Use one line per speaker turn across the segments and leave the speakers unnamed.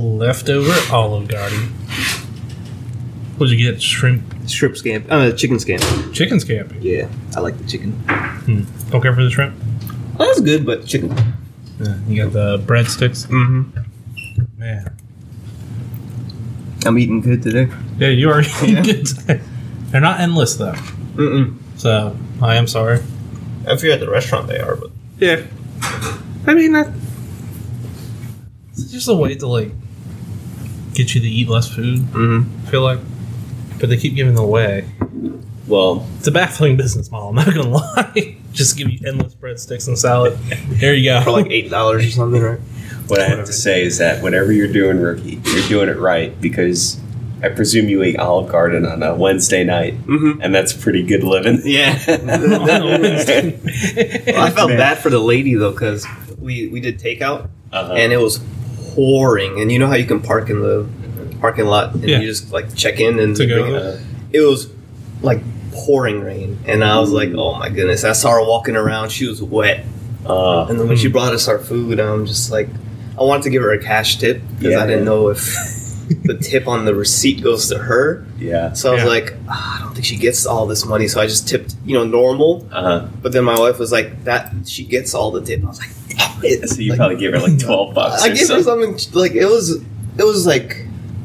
Leftover Olive Garden. What'd you get? Shrimp,
Shrimp scamp. Uh, chicken scamp.
chicken scampi. Hmm.
Yeah, I like the chicken.
Okay for the shrimp.
Oh, that's good, but chicken.
Yeah, you got the breadsticks.
Mm-hmm.
Man,
I'm eating good today.
yeah, you are
Yeah.
good today. They're not endless though,
Mm-mm.
so I am sorry.
If you're at the restaurant, they are, but
Yeah. I mean, I,
It's just a way to like get you to eat less food.
mm
I feel like, but they keep giving it away.
well,
It's a baffling business model. I'm not gonna lie. Just give you endless breadsticks and salad. There you go.
for like eight dollars or something, right?
What I have to say is that whatever you're doing, rookie, you're doing it right because I presume you ate Olive Garden on a Wednesday night,
Mm-hmm.
and that's pretty good living.
Yeah. Well, I felt bad for the lady though, because we we did takeout
Uh-huh.
and it was pouring. And you know how you can park in the parking lot and
Yeah.
you just like check in and
To go.
bring
Uh-huh.
it. it was like pouring rain, and I was like, oh my goodness. I saw her walking around; she was wet.
uh,
And then when she
Hmm.
brought us our food, I'm just like, I wanted to give her a cash tip because
Yeah.
I didn't know if the tip on the receipt goes to her.
yeah.
So I was
Yeah.
like, ah, I don't think she gets all this money. So I just tipped, you know, normal.
Uh-huh.
But then my wife was like, "That she gets all the tip." I was like, "Damn it!"
So you
Like,
probably gave her like twelve
Oh,
bucks.
I
or
gave her
something.
something like it was, it was like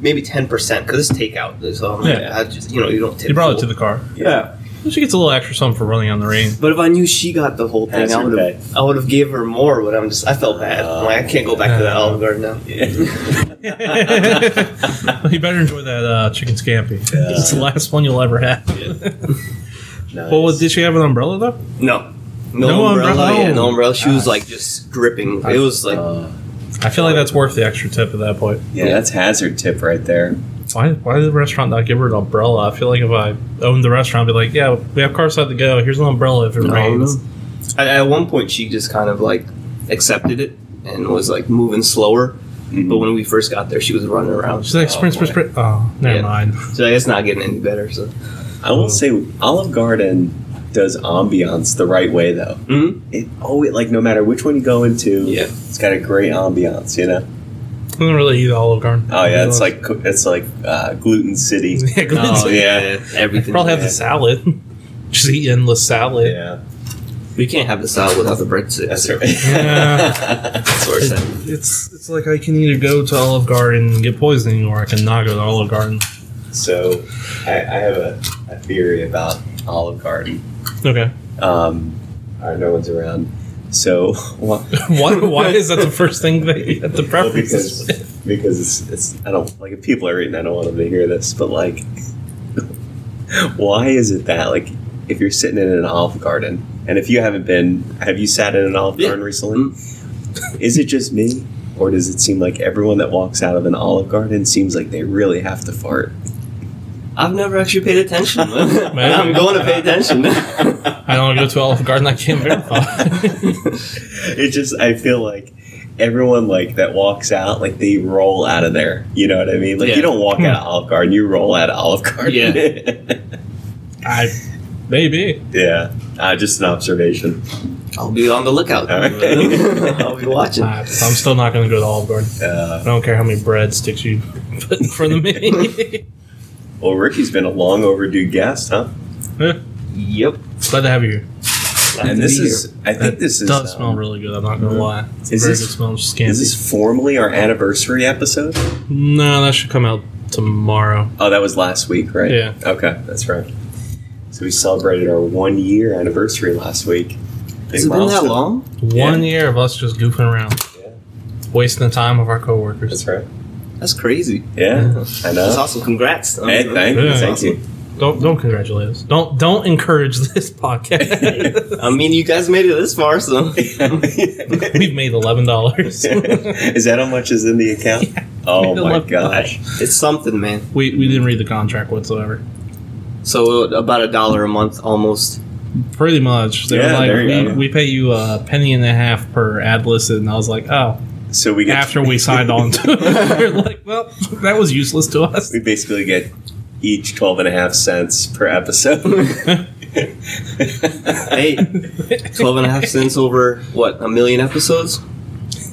maybe ten percent because it's takeout. So I'm like,
Yeah.
I just you know you don't tip.
You brought it
full.
to the car.
Yeah.
She gets a little extra something for running on the rain.
But if I knew she got the whole thing, I
Hazard
would
pay.
have I would have gave her more. But I'm just I felt bad. I'm like I can't go back to that
Uh,
Olive Garden now.
you better enjoy that uh, chicken scampi.
Yeah.
It's the last one you'll ever have.
Nice.
Well, did she have an umbrella though?
No. No,
No
umbrella,
umbrella.
yeah, no umbrella. She was
Gosh.
like just dripping. It was like
Uh,
I feel like that's worth the extra tip at that point.
yeah, that's hazard tip right there.
Why? Why did the restaurant not give her an umbrella? I feel like if I owned the restaurant, I'd be like, yeah, we have Carside to go. Here's an umbrella if it
No,
rains.
no. At, at one point, she just kind of like accepted it and was like moving slower. But when we first got there, she was running around.
She's like,
Oh,
sprint, sprint,
boy.
sprint. Oh, never
Yeah.
mind.
So it's not getting any better. So
I will say Olive Garden does ambiance the right way though.
Mhm.
It always like no matter which one you go into,
Yeah.
it's got a great ambiance, you know.
I don't really eat Olive Garden.
Oh yeah, it's like it's like uh, gluten city.
yeah, gluten's-
Oh, yeah.
everything.
probably have
yeah.
the salad. Just eat endless salad.
Yeah,
We can't have the salad without the breadsticks.
that's right.
Yeah.
That's what we're
It-
saying.
It's it's like I can either go to Olive Garden and get poisoning, or I can not go to Olive Garden.
so, I, I have a, a theory about Olive Garden.
Okay.
Um, all right, no one's around. So, well,
Why why is that the first thing they at the
well,
preference?
because because it's, it's I don't like if people are eating, I don't want them to hear this, but like, why is it that like if you're sitting in an Olive Garden and if you haven't been, have you sat in an Olive
Yeah. Mm-hmm.
Garden recently? Is it just me? Or does it seem like everyone that walks out of an Olive Garden seems like they really have to fart?
I've never actually paid attention. I'm going to pay attention.
I don't go to Olive Garden. I can't
Uh.
verify.
It just I feel like everyone like that walks out like they roll out of there. You know what I mean? Like
Yeah. Hmm.
you don't walk out of Olive Garden, you roll out of Olive Garden. Yeah,
I maybe.
yeah. Uh, just an observation.
I'll be on the lookout.
All right.
I'll be watching.
I, I'm still not going to go to Olive Garden. I
Uh,
don't care how many bread sticks you put in front of me.
well, Ricky's been a long overdue guest, huh?
Yep.
Glad to have you. here.
And this is I
That
think this is
does
um,
smell really good. I'm not going to lie. It's
Is
very
this-
good smell. Just
Is
scampi.
this formally our anniversary episode?
no, that should come out tomorrow.
Oh, that was last week, right?
Yeah.
Okay, that's right. So we celebrated our one year anniversary last week. Big
Has it been that
milestone.
long?
One year of us just goofing around,
Yeah.
wasting the time of our coworkers.
That's right.
That's crazy.
Yeah, I know.
That's awesome. Congrats.
Hey, thank you,
Yeah.
thank you.
Don't don't congratulate us. Don't don't encourage this podcast.
I mean, you guys made it this far, so
We've made eleven dollars.
is that how much is in the account? Oh
I
my
love
gosh.
it's something, man.
we we didn't read the contract whatsoever.
So about a dollar a month, almost.
Pretty much. They
Yeah, there
were
you
like,
go.
we, we pay you a penny and a half per ad listed, and I was like, oh.
So we get
After we signed on to it, we're like, well, that was useless to us.
we basically get each 12 and a half cents per episode.
Hey, 12 and a half cents over what a million episodes.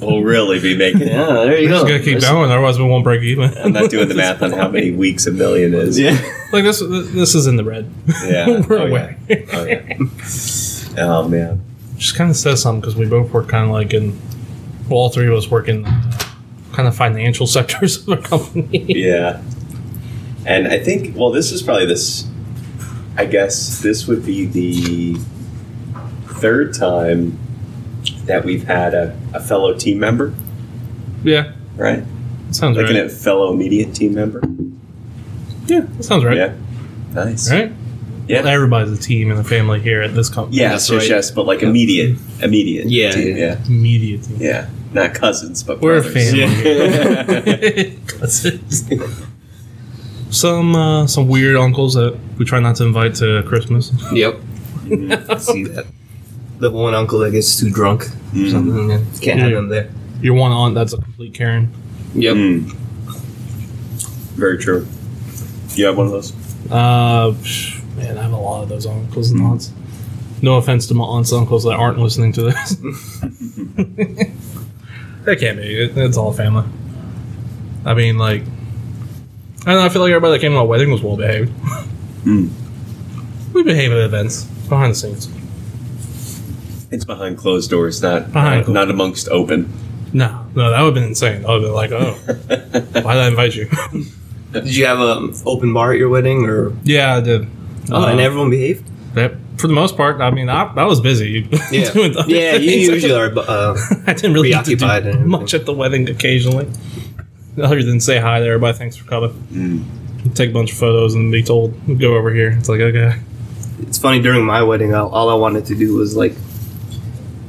We'll really be making it.
Yeah, there you
We're just
go.
gonna keep
There's-
going, otherwise we won't break even.
I'm not doing the math on how many weeks a million is.
Yeah.
Like this, this is in the red.
Yeah.
we're
Oh,
away.
yeah. Oh, yeah. oh man.
Just kind of says something because we both work kind of like in, well, all three of us work in uh, kind of financial sectors of the company.
Yeah. And I think, well, this is probably this, I guess this would be the third time that we've had a, a fellow team member,
Yeah,
right?
that sounds
Looking
right.
at fellow media team member.
Yeah, that sounds right.
Yeah. Nice.
Right?
Yeah.
Well, everybody's a team and a family here at this company.
Yes,
That's
yes,
right.
yes, but like immediate, immediate.
Yeah.
team, yeah,
Media team.
yeah. Not cousins, but
We're a
brothers.
family.
Yeah.
Cousins. some uh, some weird uncles that we try not to invite to Christmas.
Yep. See that. The one uncle that gets too drunk or
Mm.
something. yeah. Can't have
Yeah.
him there.
Your one aunt that's a complete Karen.
Yep.
Mm. Very true. You have one of those?
Uh, psh, man, I have a lot of those uncles and aunts. No offense to my aunts and uncles that aren't listening to this. that can't be. It, it's all family. I mean, like, I don't know. I feel like everybody that came to my wedding was well behaved.
Mm.
We behave at events behind the scenes.
It's behind closed doors, not
Behind
not,
closed-
not amongst open.
No, no, that would have been insane. I would have been like, oh, why did I invite you?
Did you have an open bar at your wedding or?
yeah, I did.
Oh,
Uh,
and everyone behaved.
that- for the most part, I mean, I, I was busy.
Yeah.
doing other
yeah. You
things.
usually are. but, Uh,
I didn't really get to do
Preoccupied and everything.
much at the wedding occasionally. Other than say hi to everybody, thanks for coming.
Mm.
Take a bunch of photos and be told, go over here. It's like, okay.
it's funny during my wedding all, all i wanted to do was like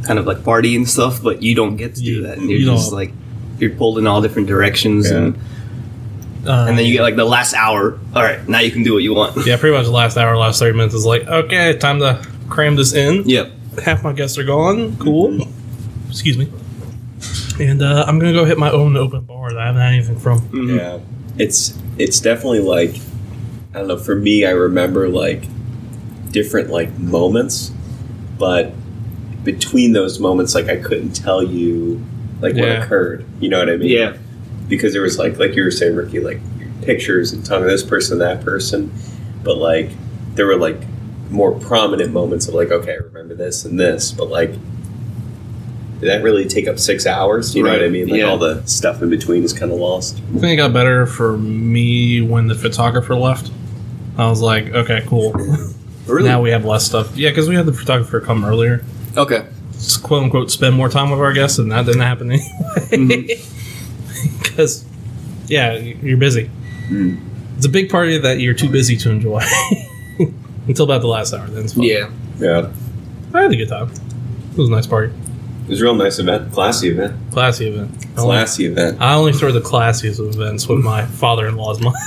kind of like party and stuff but you don't get to do
You-
that and you're
you
just
don't.
like you're pulled in all different directions
Yeah.
and,
Uh,
and then you get like the last hour all right now you can do what you want
Um, yeah, pretty much the last hour, last 30 minutes is like, okay, time to cram this in.
yep
Half my guests are gone. Cool. Excuse me. And uh, I'm going to go hit my own open bar that I haven't had anything from.
Mhm.
Yeah, it's it's definitely like I don't know. For me, I remember like different like moments, but between those moments, like I couldn't tell you like what
Yeah.
occurred. You know what I mean?
yeah
Because there was like like you were saying, Ricky, like pictures and talking to this person, that person, but like there were like more prominent moments of like okay, I remember this and this, but like. Did that really take up six hours? You know what I
Right,
mean? Like
yeah.
all the stuff in between is kind of lost.
I think it got better for me when the photographer left. I was like, okay, cool.
really
Now we have less stuff. Yeah, because we had the photographer come earlier.
okay
quote unquote spend more time with our guests, and that didn't happen
Mm-hmm.
anyway. Because, yeah, you're busy.
Hmm.
Mm.
It's a big party that you're too busy to enjoy until about the last hour. Then it's fun.
yeah
Yeah.
I had a good time. It was a nice party,
It was a real nice event, classy event,
classy event. I only-
classy event.
I only throw the classiest of events with my father-in-law's money.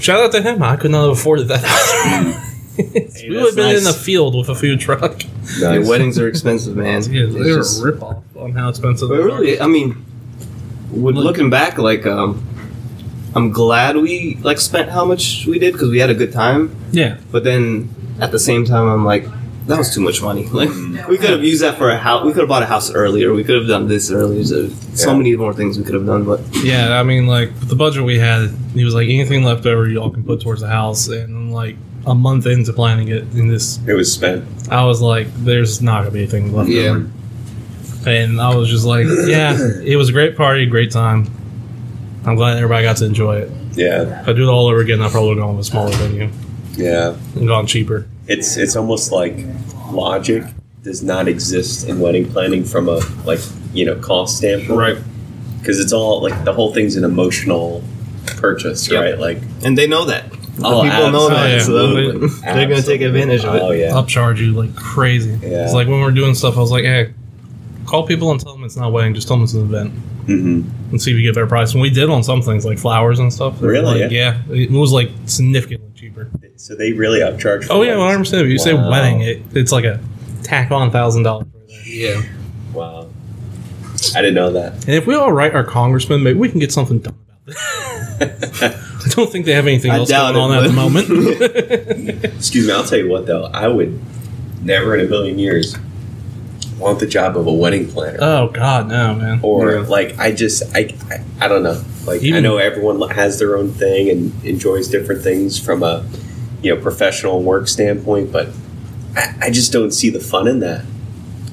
Shout out to him. I could not have afforded that. we would have been
nice.
in the field with a food truck.
Yeah, weddings are expensive man
Yeah,
It's
they were
just-
a rip-off on how expensive
but
they are.
really i mean when
Look-
looking back like um i'm glad we like spent how much we did because we had a good time
Yeah.
But then at the same time, I'm like, that was too much money. Like
Mm.
we could have used that for a house. We could have bought a house earlier. We could have done this earlier. So, so
Yeah.
many more things we could have done. But
Yeah, I mean, like the budget we had, he was like, anything left over, y'all can put towards the house. And like a month into planning it, in this,
It was spent.
I was like, there's not gonna be anything left
Yeah.
over. And I was just like, yeah, it was a great party, great time. I'm glad everybody got to enjoy it.
Yeah,
If I do it all over again, I'll probably go on a smaller venue
yeah.
and gone cheaper.
It's it's almost like logic does not exist in wedding planning from a like you know cost standpoint, Because it's all like the whole thing's an emotional purchase,
Yep.
right? Like
and they know that. The
Oh,
people know that.
absolutely.
So they're going to take
absolutely.
advantage of it.
Oh yeah,
Upcharge you like crazy.
Yeah.
It's like when we we're doing stuff, I was like, hey, call people and tell them it's not a wedding, just tell them it's an event.
hmm
and see if you get a better price. And we did on some things like flowers and stuff. They were
Really?
Like, yeah. It was like significantly cheaper.
so they really upcharge. for
Oh yeah, one hundred
weddings.
percent. If you say
Wow.
wedding, it, it's like a tack on thousand dollars. And
Yeah.
Wow, I didn't know that.
if we all write our congressman, maybe we can get something done about this. I don't think they have anything
I
else
doubt
going on
it,
at the
but-
moment.
Excuse me, I'll tell you what though, I would never in a million years want the job of a wedding planner.
Oh God, no, man.
or
Yeah.
like I just I, I I don't know. Like I
Even-
know everyone li- has their own thing and enjoys different things from a you know professional work standpoint, but I, I just don't see the fun in that.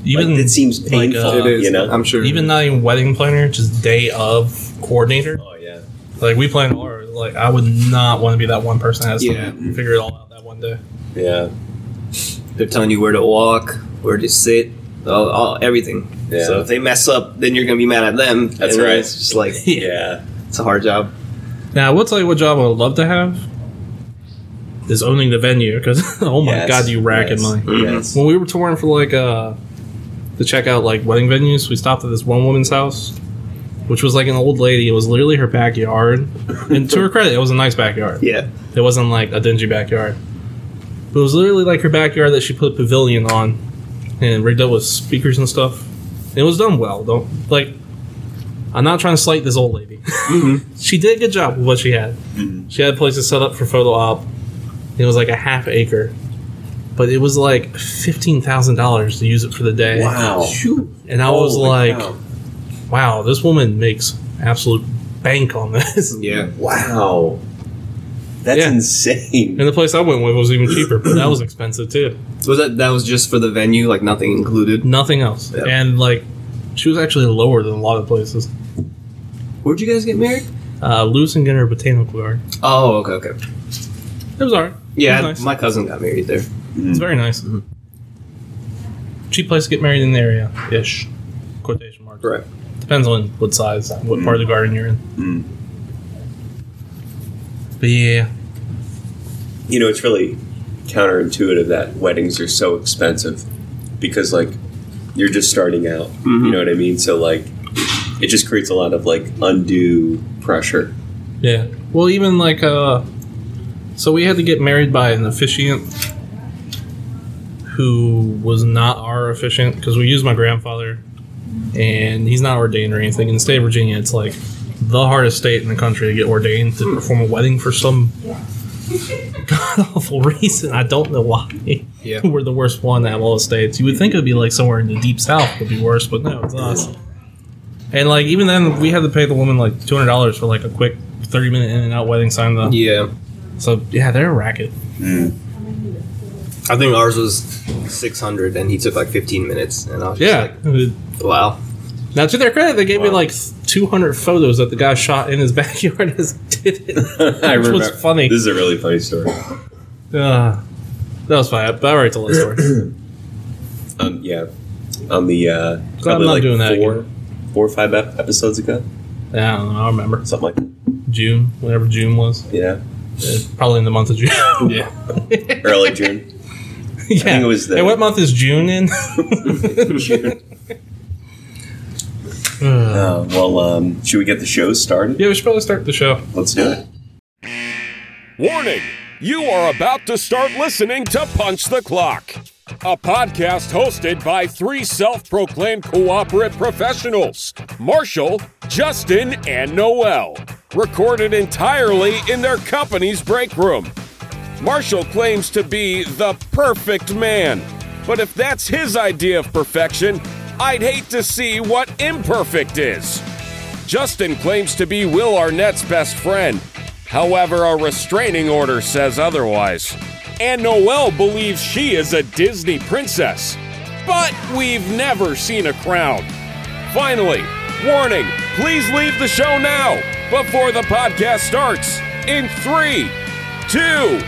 Even
like, it seems
like,
painful.
uh,
it is.
you know.
I'm sure.
even not even wedding planner, just day of coordinator.
oh yeah.
Like we plan or like I would not want to be that one person that has
Yeah.
to figure it all out that one day.
Yeah.
they're telling you where to walk, where to sit, all, all everything.
Yeah.
So if they mess up, then you're gonna be mad at them.
That's
And then
right.
It's just like
Yeah.
it's a hard job.
Now I will tell you what job I would love to have is owning the venue because oh my
Yes.
God, you rack
yes.
in money.
Mm-hmm.
Yes.
When we were touring for like uh to check out like wedding venues, we stopped at this one woman's house, which was like an old lady. It was literally her backyard. And to her credit, it was a nice backyard.
Yeah.
It wasn't like a dingy backyard. But it was literally like her backyard that she put a pavilion on and rigged up with speakers and stuff. It was done well. Don't like I'm not trying to slight this old lady.
Mm-hmm.
she did a good job with what she had.
Mhm.
She had places set up for photo op. It was like a half acre. But it was like fifteen thousand dollars to use it for the day.
Wow.
And I was
Holy
like, wow, this woman makes absolute bank on this.
Yeah.
cow. wow. That's
Yeah.
insane.
And the place I went with was even cheaper, but that was expensive too.
Was that that was just for the venue, like nothing included?
Nothing else.
Yeah.
And like, she was actually lower than a lot of places.
Where'd you guys get married?
Uh, Lewis and Ginner Botanical Garden.
Oh, okay, okay.
It was alright.
Yeah,
Nice.
my cousin got married there.
Mm.
It's
Hmm.
very nice. Cheap place to get married in the area, ish. Quotation marks.
Right.
Depends on what size, what part of the garden you're in.
Mm.
But yeah,
you know, it's really counterintuitive that weddings are so expensive because, like, you're just starting out.
Mm-hmm.
Mm-hmm.
You know what I mean? So, like, it just creates a lot of, like, undue pressure.
yeah. Well, even like, uh, so we had to get married by an officiant who was not our officiant because we used my grandfather and he's not ordained or anything. In the state of Virginia, it's like the hardest state in the country to get ordained to perform a wedding for some god awful reason. I don't know why.
Yeah.
We're the worst one out of all the states. You would think it would be like somewhere in the deep south would be worse, but no, it's us. And like even then, we had to pay the woman like two hundred dollars for like a quick thirty minute in and out wedding sign though.
Yeah.
So yeah, they're a racket.
I think ours was six hundred, and he took like fifteen minutes, and I was just
Yeah.
like, wow.
Now, to their credit, they gave me
Wow.
like 200 photos that the guy shot in his backyard as he did it.
I
Which was
remember.
funny.
This is a really funny story.
Uh, that was fine. But I already told that story.
Um, yeah. On the, uh,
Glad I'm
probably,
not
like,
doing that
four,
again.
four or five ep- episodes ago,
Yeah, I don't know. I remember
something like that.
June, whenever June was.
Yeah.
Uh, Probably in the month of June.
Yeah.
Early June.
yeah.
think it was the-
Hey, what month is June in?
June.
Uh,
Uh, well, um, should we get the show started?
yeah, we should probably start the show.
Let's do it.
Warning! You are about to start listening to Punch the Clock, a podcast hosted by three self proclaimed cooperative professionals Marshall, Justin, and Noel, recorded entirely in their company's break room. Marshall claims to be the perfect man, but if that's his idea of perfection, I'd hate to see what imperfect is. Justin claims to be Will Arnett's best friend. However, a restraining order says otherwise. And Noelle believes she is a Disney princess. But we've never seen a crown. Finally, warning please leave the show now before the podcast starts in three, two,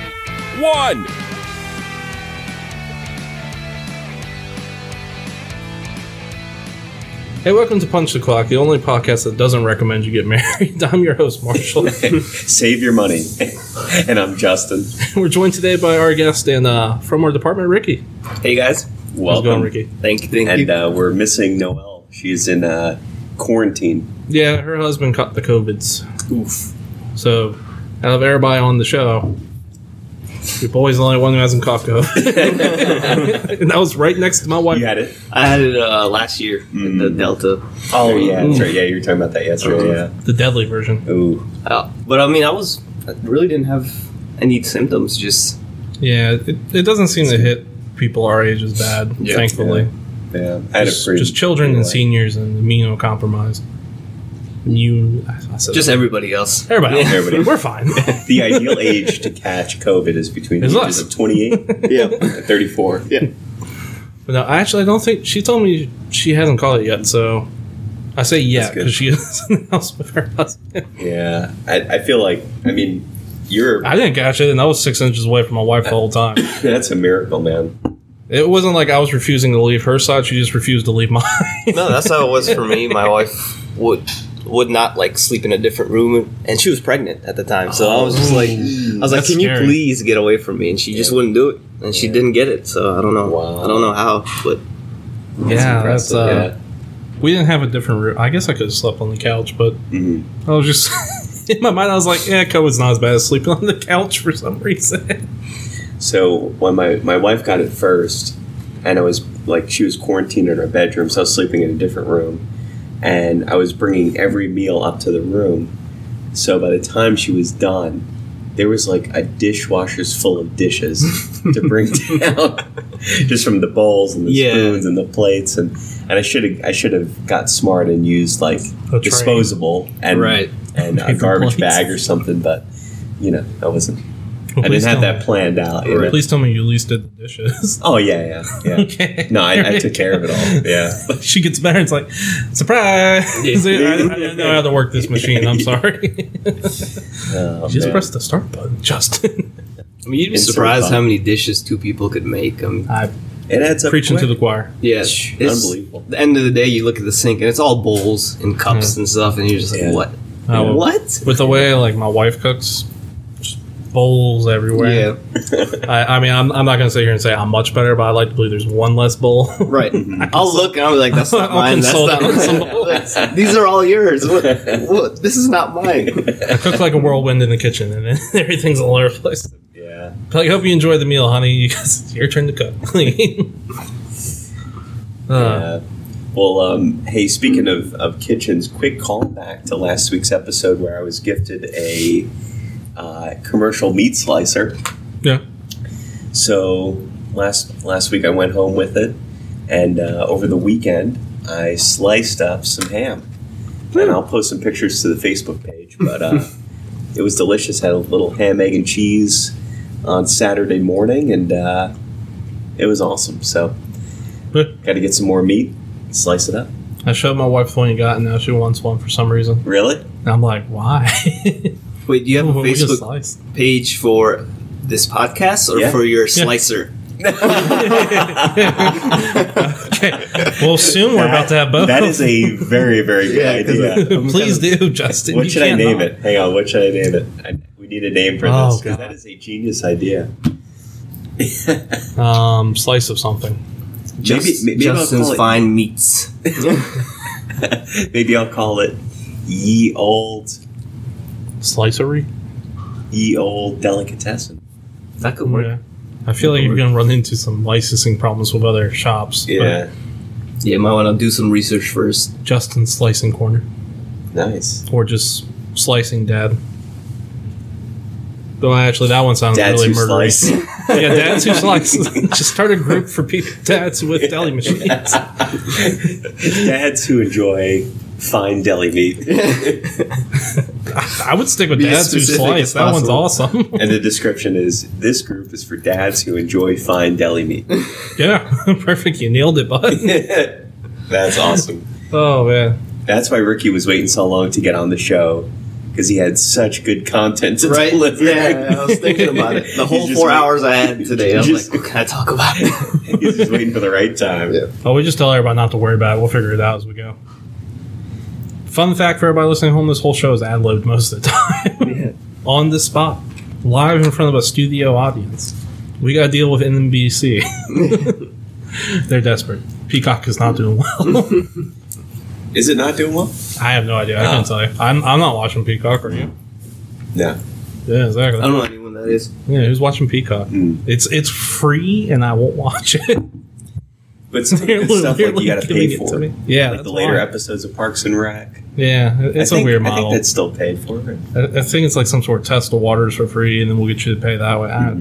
one.
Hey, welcome to Punch the Clock, the only podcast that doesn't recommend you get married. I'm your host, Marshall.
Save your money. and I'm Justin.
We're joined today by our guest and uh, from our department, Ricky.
Hey guys,
How's it
Welcome.
going, Ricky?
thank you, thank
and
you.
uh, we're missing Noelle. She's in uh, quarantine.
Yeah, her husband caught the COVIDs.
Oof.
So, out of everybody on the show, your boy's the only one who hasn't caught COVID. and that was right next to my wife.
You had it.
I had it uh, last year, in the
Mm.
Delta.
Oh yeah, that's right. Yeah, you were talking about that yesterday. Yeah.
The deadly version.
Ooh.
Uh, but I mean, I was I really didn't have any symptoms. Just
Yeah, it, it doesn't seem to hit people our age as bad,
Yeah.
thankfully.
Yeah, I had a
Just,
pretty-
just children
pretty
and
light-
seniors and immunocompromised. And you, I said
Just
that.
everybody else.
everybody. else.
Yeah.
Everybody.
We're fine.
The ideal age to catch COVID is between the
Is
ages
us.
of 28
Yeah.
and 34.
Yeah.
But no, I actually don't think she told me she hasn't called it yet. So I say yeah
That's good.
because she is in the house with her husband.
Yeah, I, I feel like I mean you're
I didn't catch it, and I was six inches away from my wife the whole time.
that's a miracle, man.
It wasn't like I was refusing to leave her side; she just refused to leave mine.
No, that's how it was for me. My wife would would not like sleep in a different room, and she was pregnant at the time. So I was just like, I was like,
Oh, That's
can
scary.
you please get away from me? And she just wouldn't do it, and she didn't get it. So I don't know.
Wow.
I don't know how, but
yeah, that's
impressive,
uh, we didn't have a different room. I guess I could have slept on the couch, but
yeah. Mhm.
I was just in my mind. I was like, yeah, COVID's not as bad as sleeping on the couch for some reason.
So when my, my wife got it first, and I was like, she was quarantined in her bedroom, so I was sleeping in a different room, and I was bringing every meal up to the room. So by the time she was done, there was like a dishwasher's full of dishes to bring down, just from the bowls and the
Yeah.
spoons and the plates, and and I should have I should have got smart and used like
tray.
disposable and
Right.
and a
Paper plates.
garbage bag or something, but you know I wasn't. I didn't have that planned out. you know?
Please tell me you at least did the dishes.
Oh yeah, yeah, yeah.
okay.
No,
There
I, I
you
took care of it all. Yeah,
But she gets better. It's like surprise. I, I didn't know how to work this machine. I'm sorry.
Oh,
Just
man.
press the start button, Justin.
I mean, you'd be
Insert
surprised
thought.
how many dishes two people could make. I mean,
I'm
it adds up.
preaching to the
quick.
choir.
yeah, it's,
Unbelievable.
At the end of the day, you look at the sink, and it's all bowls and cups and stuff, and you're just like,
Yeah.
what?
Uh, well,
What?
With the way like my wife cooks, just bowls
Yeah,
everywhere. I, I mean, I'm, I'm not gonna sit here and say I'm much better, but I like to believe there's one less bowl.
right. I'll look and I'll be like, that's not
I'll
mine. That's
consult
not
her with some
mine. That's- These are all yours. What, what, this is not mine.
I cook like a whirlwind in the kitchen, and then everything's all over the place.
Yeah,
But I hope you enjoyed the meal, honey. It's your turn to cook. uh,
yeah. Well, um, hey, speaking of, of kitchens, quick callback to last week's episode where I was gifted a uh, commercial meat slicer.
yeah.
So last last week I went home with it, and uh, over the weekend I sliced up some ham,
Hmm.
and I'll post some pictures to the Facebook page. But uh, it was delicious. Had a little ham, egg, and cheese on Saturday morning, and uh, it was awesome. So
Yeah.
got to get some more meat, slice it up.
I showed my wife the one you got, and now she wants one for some reason.
Really?
And I'm like, why?
Wait, do you have a
Well, we just
Facebook
sliced.
page for this podcast or
Yeah.
for your slicer?
okay. Well, soon we're about to have both.
That is a very very good
Yeah, 'cause
idea.
Please do, Justin.
What
You
should I
can't
name
not.
it? Hang on, what should I name it? I, we need a name for
Oh,
this because
God.
that is a genius idea.
Um, slice of something.
Just,
maybe I'll
Justin's
call it-
Fine Meats.
Maybe I'll call it ye old
Slicery.
ye old delicatessen.
That could work.
Yeah. I feel like you're gonna run into some licensing problems with other shops. but
Yeah, you might want to do some research first.
Justin slicing corner,
nice.
or just slicing dad. Though actually, that one sounds
Dad's
really
who
murdery.
slice.
yeah, dads who slice. just start a group for people, dads with deli machines.
Dads who enjoy fine deli meat.
I would stick with
Be as
dads who
specific
slice.
as
That one's
possible.
awesome.
And the description is this group is for dads who enjoy fine deli meat.
yeah, perfect. You nailed it, bud.
That's awesome.
Oh man.
That's why Ricky was waiting so long to get on the show because he had such good content to
Right?
deliver.
Yeah, I was thinking about it. The
You
whole
just
four
wait.
hours I had today, I was
Just-
like, what can I talk about?
He's just waiting for the right time.
Yeah.
Oh, we just tell everybody not to worry about it. We'll figure it out as we go. Fun fact for everybody listening at home: this whole show is ad libbed most of the time, on the spot, live in front of a studio audience. We got to deal with NBC. They're desperate. Peacock is not doing well.
Is it not doing well?
I have no idea. I
Ah.
can't tell you. I'm, I'm not watching Peacock. Are you?
No.
Yeah, exactly.
I don't know anyone that is.
Yeah, who's watching Peacock?
Mm.
It's it's free, and I won't watch it.
But some of the
They're
good stuff like
literally
you got to
giving
pay
it
for.
me. Yeah,
like
that's
the later
why.
episodes of Parks and Rec.
Yeah, it- it's
I think,
a weird
I think
model.
that's still paid for. Right?
I, I think it's like some sort of test of waters for free, and then we'll get you to pay that way. I,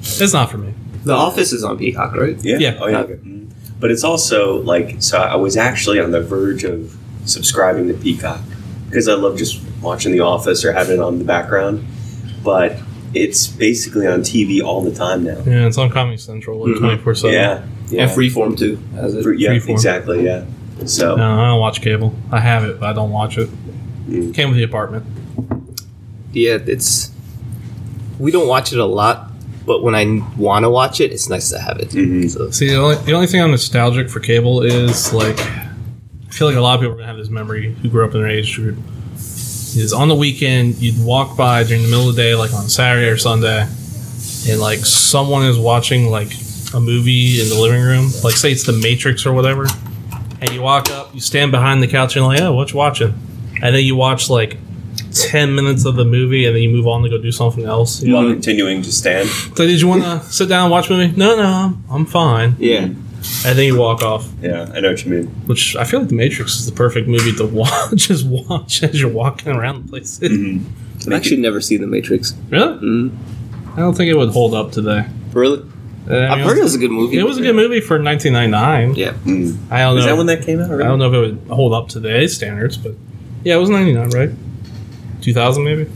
It's not for me.
The Office is on Peacock, right?
Yeah.
Yeah.
Oh, yeah.
Okay.
Mm. But it's also like so I was actually on the verge of subscribing to Peacock because I love just watching The Office or having it on the background. But it's basically on TV all the time now.
Yeah, it's on Comedy Central like
Mhm.
24 7.
Mm-hmm. yeah, yeah,
And Freeform too. Has it?
Free- yeah,
Freeform.
exactly, yeah. So
No, Uh, I don't watch cable. I have it, but I don't watch it.
Mm.
Came with the apartment.
Yeah, it's. We don't watch it a lot, but when I want to watch it, it's nice to have it.
Mhm.
So,
See, the only, the only thing I'm nostalgic for cable is like, I feel like a lot of people are gonna have this memory who grew up in their age group. Is on the weekend you'd walk by during the middle of the day, like on Saturday or Sunday, and like someone is watching like a movie in the living room, like say it's The Matrix or whatever, and you walk up, you stand behind the couch and you're like, oh, what you watching? And then you watch like ten minutes of the movie, and then you move on to go do something else. You
while
know?
continuing to stand,
It's like, did you want to sit down and watch a movie? No, no, I'm, I'm fine.
yeah.
And then you walk off.
yeah, I know what you mean.
Which I feel like The Matrix is the perfect movie to watch. Just watch as you're walking around places.
Mm-hmm.
I've actually never seen The Matrix.
Really?
Mm.
Mm-hmm.
I don't think it would hold up today.
Really?
Uh, I
I've
mean,
heard it was a good movie.
It was a good movie for 1999.
Yeah.
Mm.
I don't know.
Is that when that came out?
I don't know if it would hold up to today's standards, but yeah, it was 99, right? 2000 maybe.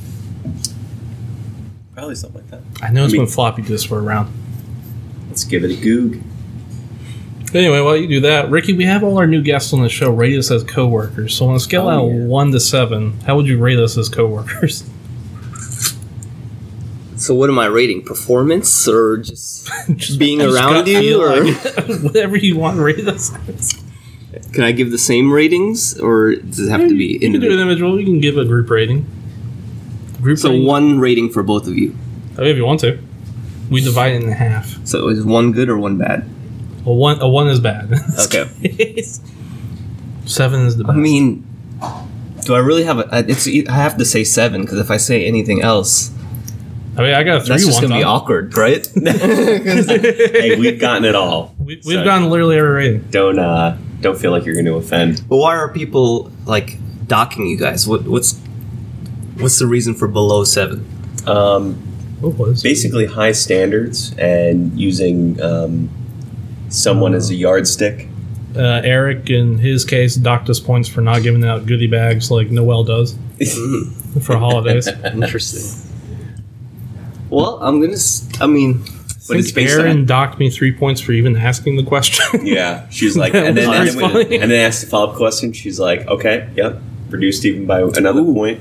Probably something like that.
I know it's
I mean-
when floppy disks were around.
Let's give it a goog.
But anyway, while you do that, Ricky, we have all our new guests on the show rated us as coworkers. So on a scale
Oh,
out of
yeah.
one to seven, how would you rate us as coworkers?
So what am I rating? Performance or just
Just-
Being
I just
around
got
you,
feel
or-
like- whatever you want to rate us. as.
can I give the same ratings or does it have to be
You can do an
individual?
individual. You can give a group rating. Group
So
rating.
one rating for both of you.
I mean, if you want to. We divide it in half.
So is one good or one bad?
A one, a one is bad.
Okay.
Seven is the
I
best.
mean, do I really have a? I- It's I have to say seven because if I say anything else,
I mean, I got a three
that's just
one
gonna be
time.
awkward, right?
hey, we've gotten it all.
We, we've
So
gotten literally every rating.
Don't uh, don't feel like you're going to offend.
but why are people like docking you guys? What what's what's the reason for below seven?
Um,
What was it?
basically high standards and using um, someone as a yardstick.
Uh, Eric, in his case, docked us points for not giving out goodie bags like Noel does for holidays.
Interesting. Well, I'm gonna. s- I mean,
But it's
I think
based
Aaron docked me three points for even asking the question.
Yeah, she's like,
That
and then, and
was
then, when-
funny.
and then asked the follow up question. She's like, okay, yep, reduced even by another point.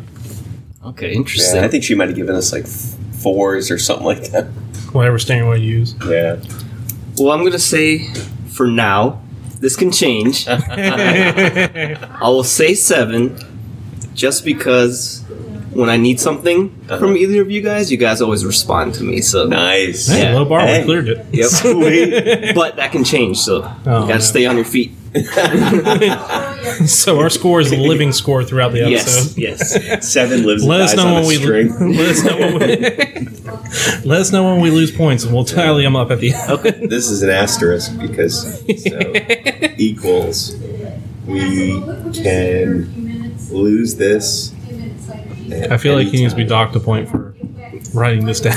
okay,
Yeah,
interesting.
I think she might have given us like f- fours or something like that.
Whatever standard I use.
Yeah,
well, I'm gonna say for now. This can change. I will say seven, just because when I need something from either of you guys, you guys always respond to me. So
nice.
Hey,
Yeah.
low bar,
Hey.
we cleared it.
Yep.
Sweet.
but that can change, so you gotta
man.
stay on your feet.
so our score is a living score throughout the
Yes,
episode.
yes.
Seven lives.
Let
and
us
dies
know
on
when
a
we
string.
let us know when we let us know when we lose points, and we'll tally them up at the end.
This is an asterisk because so equals we can lose this. at
I feel like
any
he needs to be
time.
docked a point for writing this down.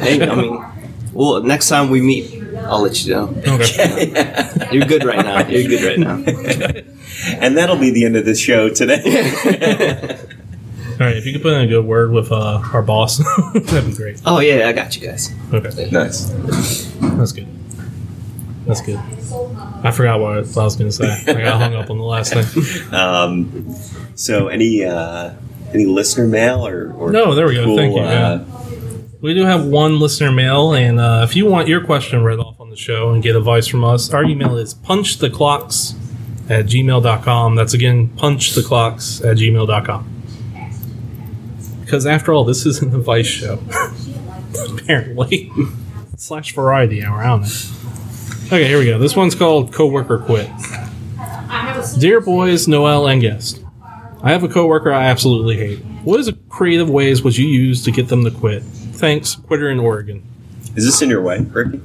Hey, I mean, well, next time we meet, I'll let you know.
okay.
You're good right now. You're good right now.
And that'll be the end of the show today.
All right. If you could put in a good word with uh, our boss, that'd be great.
Oh yeah, I got you guys.
Okay,
nice.
that's good. That's good. I forgot what I was going to say. I got hung up on the last thing.
Um, so any uh, any listener mail or, or
No, there we go.
cool,
Thank you,
Uh,
We do have one listener mail, and uh, if you want your question read off on the show and get advice from us, our email is punchtheclocks at gmail.com. That's again, punchtheclocks at gmail.com. Because after all, this is an advice show, apparently. Slash variety hour, I don't know. Okay, here we go. This one's called Coworker Quit. Dear boys, Noel, and guest, I have a coworker I absolutely hate. What is the creative ways would you use to get them to quit? Thanks, quitter in Oregon.
is this in your way, Ricky?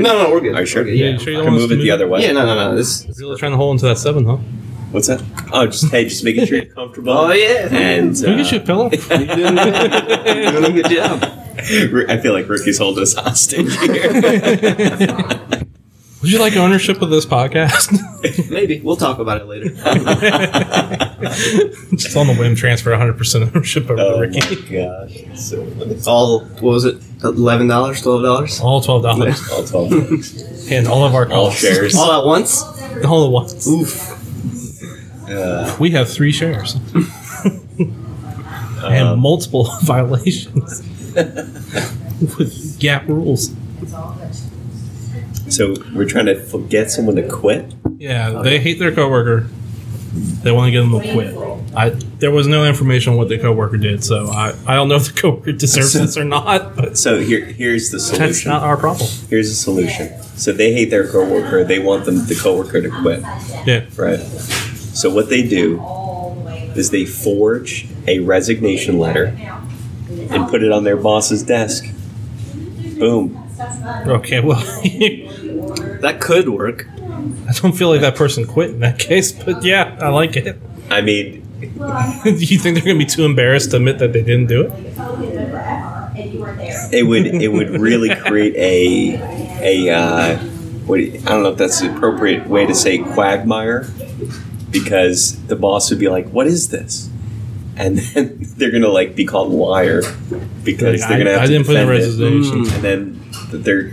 No, no, we're good.
Are you sure?
We're good, yeah.
you sure you
I
don't
can
want us
move
to
it the
move
other way.
Yeah, no, no, no. This.
Really trying to hold into that seven, huh?
What's that? Oh, just hey, just making sure you're comfortable.
Oh yeah.
And
Can we
uh,
get you a pillow?
You're doing a good job.
uh, I feel like Ricky's holding us hostage here.
Would Would you like ownership of this podcast?
Maybe we'll talk about it later.
Just on the whim, transfer 100% ownership over
Oh
the
my
Ricky.
gosh. So, it's
All
all,
what was it? Eleven dollars, twelve dollars,
All $12
all 12 bucks.
and all of our
All
costs.
shares.
all at once.
All at once.
Oof.
Uh,
We have three shares
Um,
and multiple violations with gap rules.
so we're trying to f- get someone to quit? Oh,
Yeah, they hate their coworker. They want to get them to quit. I there was no information on what the coworker did, so I, I don't know if the coworker deserves this or not, but
So here, here's the
that's
solution.
not our problem.
Here's the solution. So they hate their coworker. They want them the coworker to quit,
Yeah.
right? So what they do is they forge a resignation letter and put it on their boss's desk. Boom.
Okay, well
That could work.
I don't feel like that person quit in that case, but yeah, I like it.
I mean,
Do you think they're gonna be too embarrassed to admit that they didn't do it?
it would it would really create a a uh, what do you- I don't know if that's the appropriate way to say quagmire because the boss would be like, "What is this?" And then they're gonna like be called liar because
Like,
they're gonna
I,
have
I
to
didn't put in
defend it.
resignation.
and then they're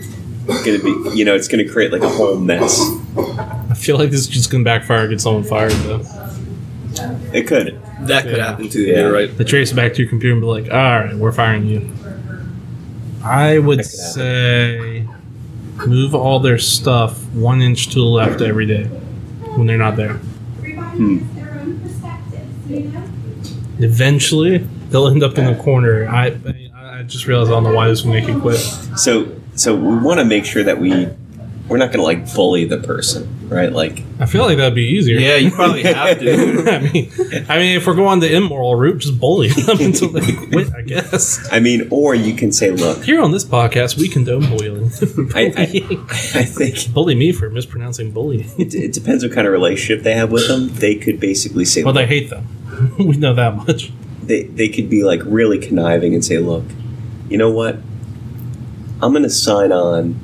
gonna be you know it's gonna create like a whole mess.
Hmm. I feel like this is just gonna backfire, get someone fired though.
It could.
That could
Yeah.
happen too.
Yeah.
You're right.
They trace it back to your computer and be like, all right, we're firing you. I would
Check it out.
say move all their stuff one inch to the left every day when they're not there.
Hmm.
Eventually, they'll end up in the corner. I, I, I just realized I don't know why this would make you quit.
So so we want to make sure that we we're not gonna like bully the person, right? Like
I feel like that'd be easier.
Yeah, you probably have to.
I mean, I mean, if we're going the immoral route, just bully them until they quit. I guess.
I mean, or you can say, "Look,
Here on this podcast, we condone bullying.
I, I, I think."
bully me for mispronouncing bullying.
It, it depends what kind of relationship they have with them. They could basically say,
Well, they
look,
hate them. we know that much.
they, they could be like really conniving and say, look, you know what? I'm going to sign on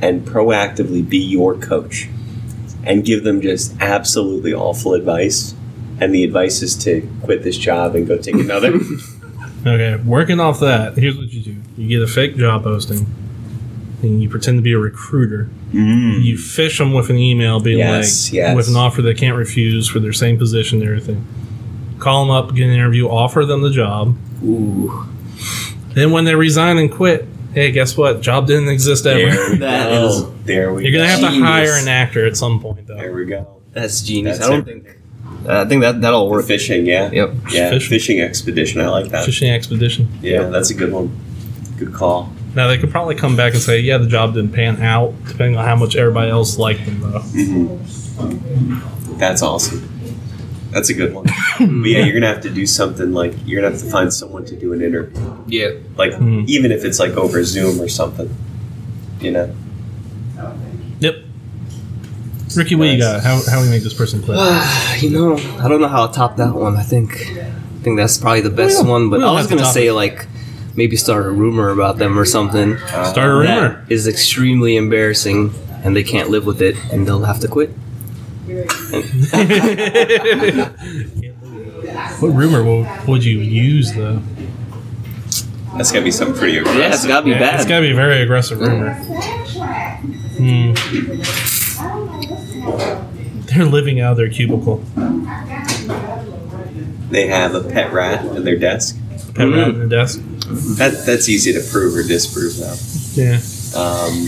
and proactively be your coach and give them just absolutely awful advice. And the advice is to quit this job and go take another.
Okay, working off that, here's what you do you get a fake job posting, and you pretend to be a recruiter.
mm.
You fish them with an email being
Yes,
like,
yes.
with an offer they can't refuse for their same position and everything. Call them up, get an interview, offer them the job.
Ooh,
Then when they resign and quit, hey, guess what? Job didn't exist ever.
There we
That
go.
is-
there we
You're going to
go.
have to
Genius.
hire an actor at some point, though.
There we go.
that's genius.
That's
I don't
it.
think. I think that that'll
Or
work.
fishing, yeah.
Yep.
Yeah,
Fishing.
fishing expedition. I like that.
Fishing expedition.
Yeah, that's a good one. Good call.
Now, they could probably come back and say, yeah, the job didn't pan out, depending on how much everybody else liked them, though.
That's awesome. That's a good one. but yeah, you're gonna have to do something like you're gonna have to find someone to do an interview,
Yeah.
like
Hmm.
even if it's like over Zoom or something. You know,
Yep. Ricky, what you got? How, how we make this person quit?
Ah, you know, I don't know how I'll top that one. I think I think that's probably the best
We don't-
one,
we
but
don't
I was
have to
gonna
top
say like maybe start a rumor about them or something.
Uh,
Start a rumor.
That is extremely embarrassing and they can't live with it and they'll have to quit.
what rumor would, would you use, though?
that's gotta be something pretty
Yeah, it's
aggressive.
gotta be
It's
bad.
got to be a very aggressive rumor. Hmm. They're living out of their cubicle.
They have a pet rat in their desk.
Pet
Mm-hmm.
rat on the desk.
That that's easy to prove or disprove though.
Yeah.
Um,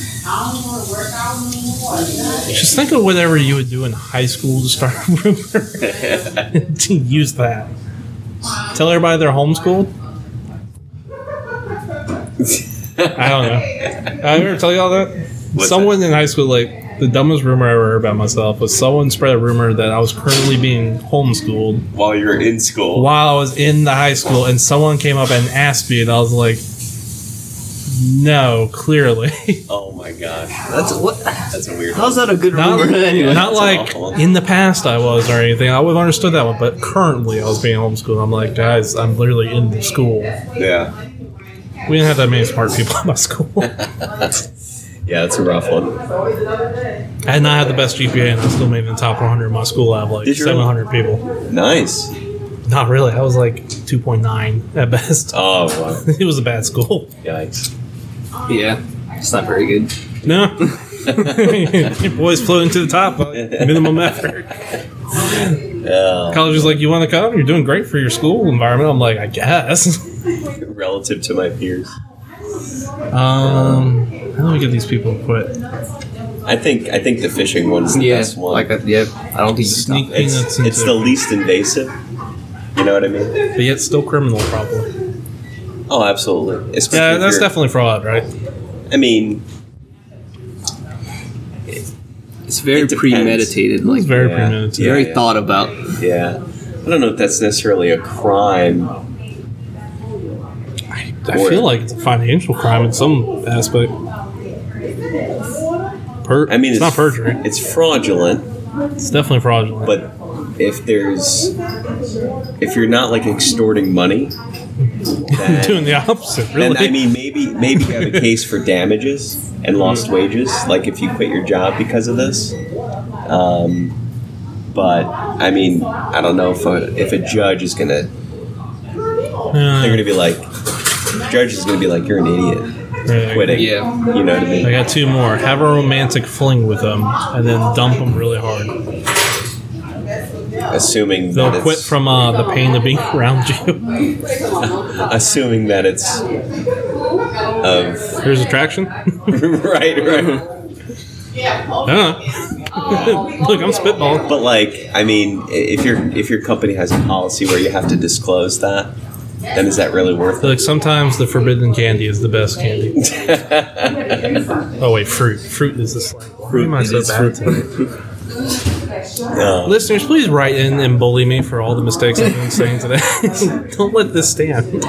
Just think of whatever you would do in high school to start a rumor to use that. Tell everybody they're homeschooled. I don't know. I ever tell y'all that?
What's
someone in high school, like the dumbest rumor I ever heard about myself was someone spread a rumor that I was currently being homeschooled
while you're in school,
while I was in the high school, and someone came up and asked me, and I was like, "No, clearly."
oh my gosh,
That's what
that's a weird.
how's that a good
Not,
rumor anyway?
not
That's an
like
awful one.
in the past I was or anything. I would have understood that one, but currently I was being homeschooled. I'm like, guys, I'm literally in the school.
Yeah,
We didn't have that many smart people at my school.
yeah, Yeah, that's a rough one.
I had not had the best GPA, and I still made the top 100 in my school out of like
Did you really?
700 people.
Nice.
Not really. I was like 2.9 at best.
Oh, wow.
It was a bad school.
Yikes.
Yeah, it's not very good.
No. Your boys floating to the top. uh, Minimum effort.
Uh,
College is like, you want to come? You're doing great for your school environment. I'm like, I guess.
relative to my peers.
Um, how do we get these people to quit?
I think I think the fishing one's the
Yeah,
best one.
like that. Yeah, I don't think you
uh, Sneak
can stop it.
it's,
peanuts into-
it's the least invasive. You know what I mean?
But yet, still criminal, probably.
Oh, absolutely. Especially
Yeah,
if
that's
you're-
definitely fraud, right?
I mean,
It's very
It depends.
premeditated. Like
It's very
Yeah.
premeditated.
very
Yeah, yeah.
thought about.
yeah. I don't know if that's necessarily a crime.
I feel like it's a financial crime in some aspect. Per-
I mean,
it's, not perjury.
It's fraudulent,
It's definitely fraudulent.
but if there's if you're not like extorting money, then,
doing the opposite, really.
then I mean maybe maybe you have a case for damages and lost wages, like if you quit your job because of this. Um, but I mean, I don't know if a, if a judge is gonna
Yeah. Uh,
they're gonna be like judge is gonna be like you're an idiot
Yeah.
quitting.
Yeah.
you know what I mean.
I got two more. Have a romantic fling with them, and then dump them really hard.
assuming that
They'll
it's,
quit from uh, the pain of being around you.
assuming that it's of
Here's attraction.
right right
Uh-huh. Look, I'm spitballing.
but like i mean i- if your if your company has a policy where you have to disclose that then is that really worth it
Like sometimes the forbidden candy is the best candy. oh wait, fruit. Fruit is the slang. Fruit am I so bad today?
no.
Listeners, please write in and bully me for all the mistakes I've been saying today. Don't let this stand.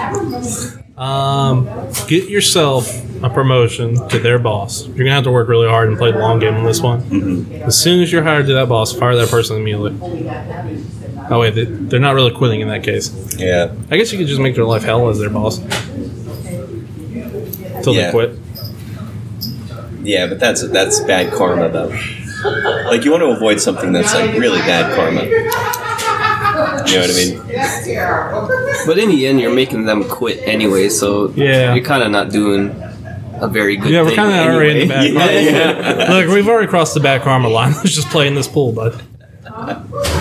Um, get yourself a promotion to their boss. You're gonna have to work really hard and play the long game on this one.
Mm-hmm.
As soon as you're hired to that boss, fire that person immediately. Oh wait, they, they're not really quitting in that case.
yeah
I guess you could just make their life hell as their boss. Till
Yeah.
they quit.
yeah but that's that's bad karma though like you want to avoid something that's like really bad karma you know what i mean
But in the end, you're making them quit anyway, so
Yeah.
you're kind of not doing a very good.
Yeah, we're
thing
kind of
anyway.
already in the back.
yeah, yeah.
Look, we've already crossed the back armor line. Let's just play in this pool, bud.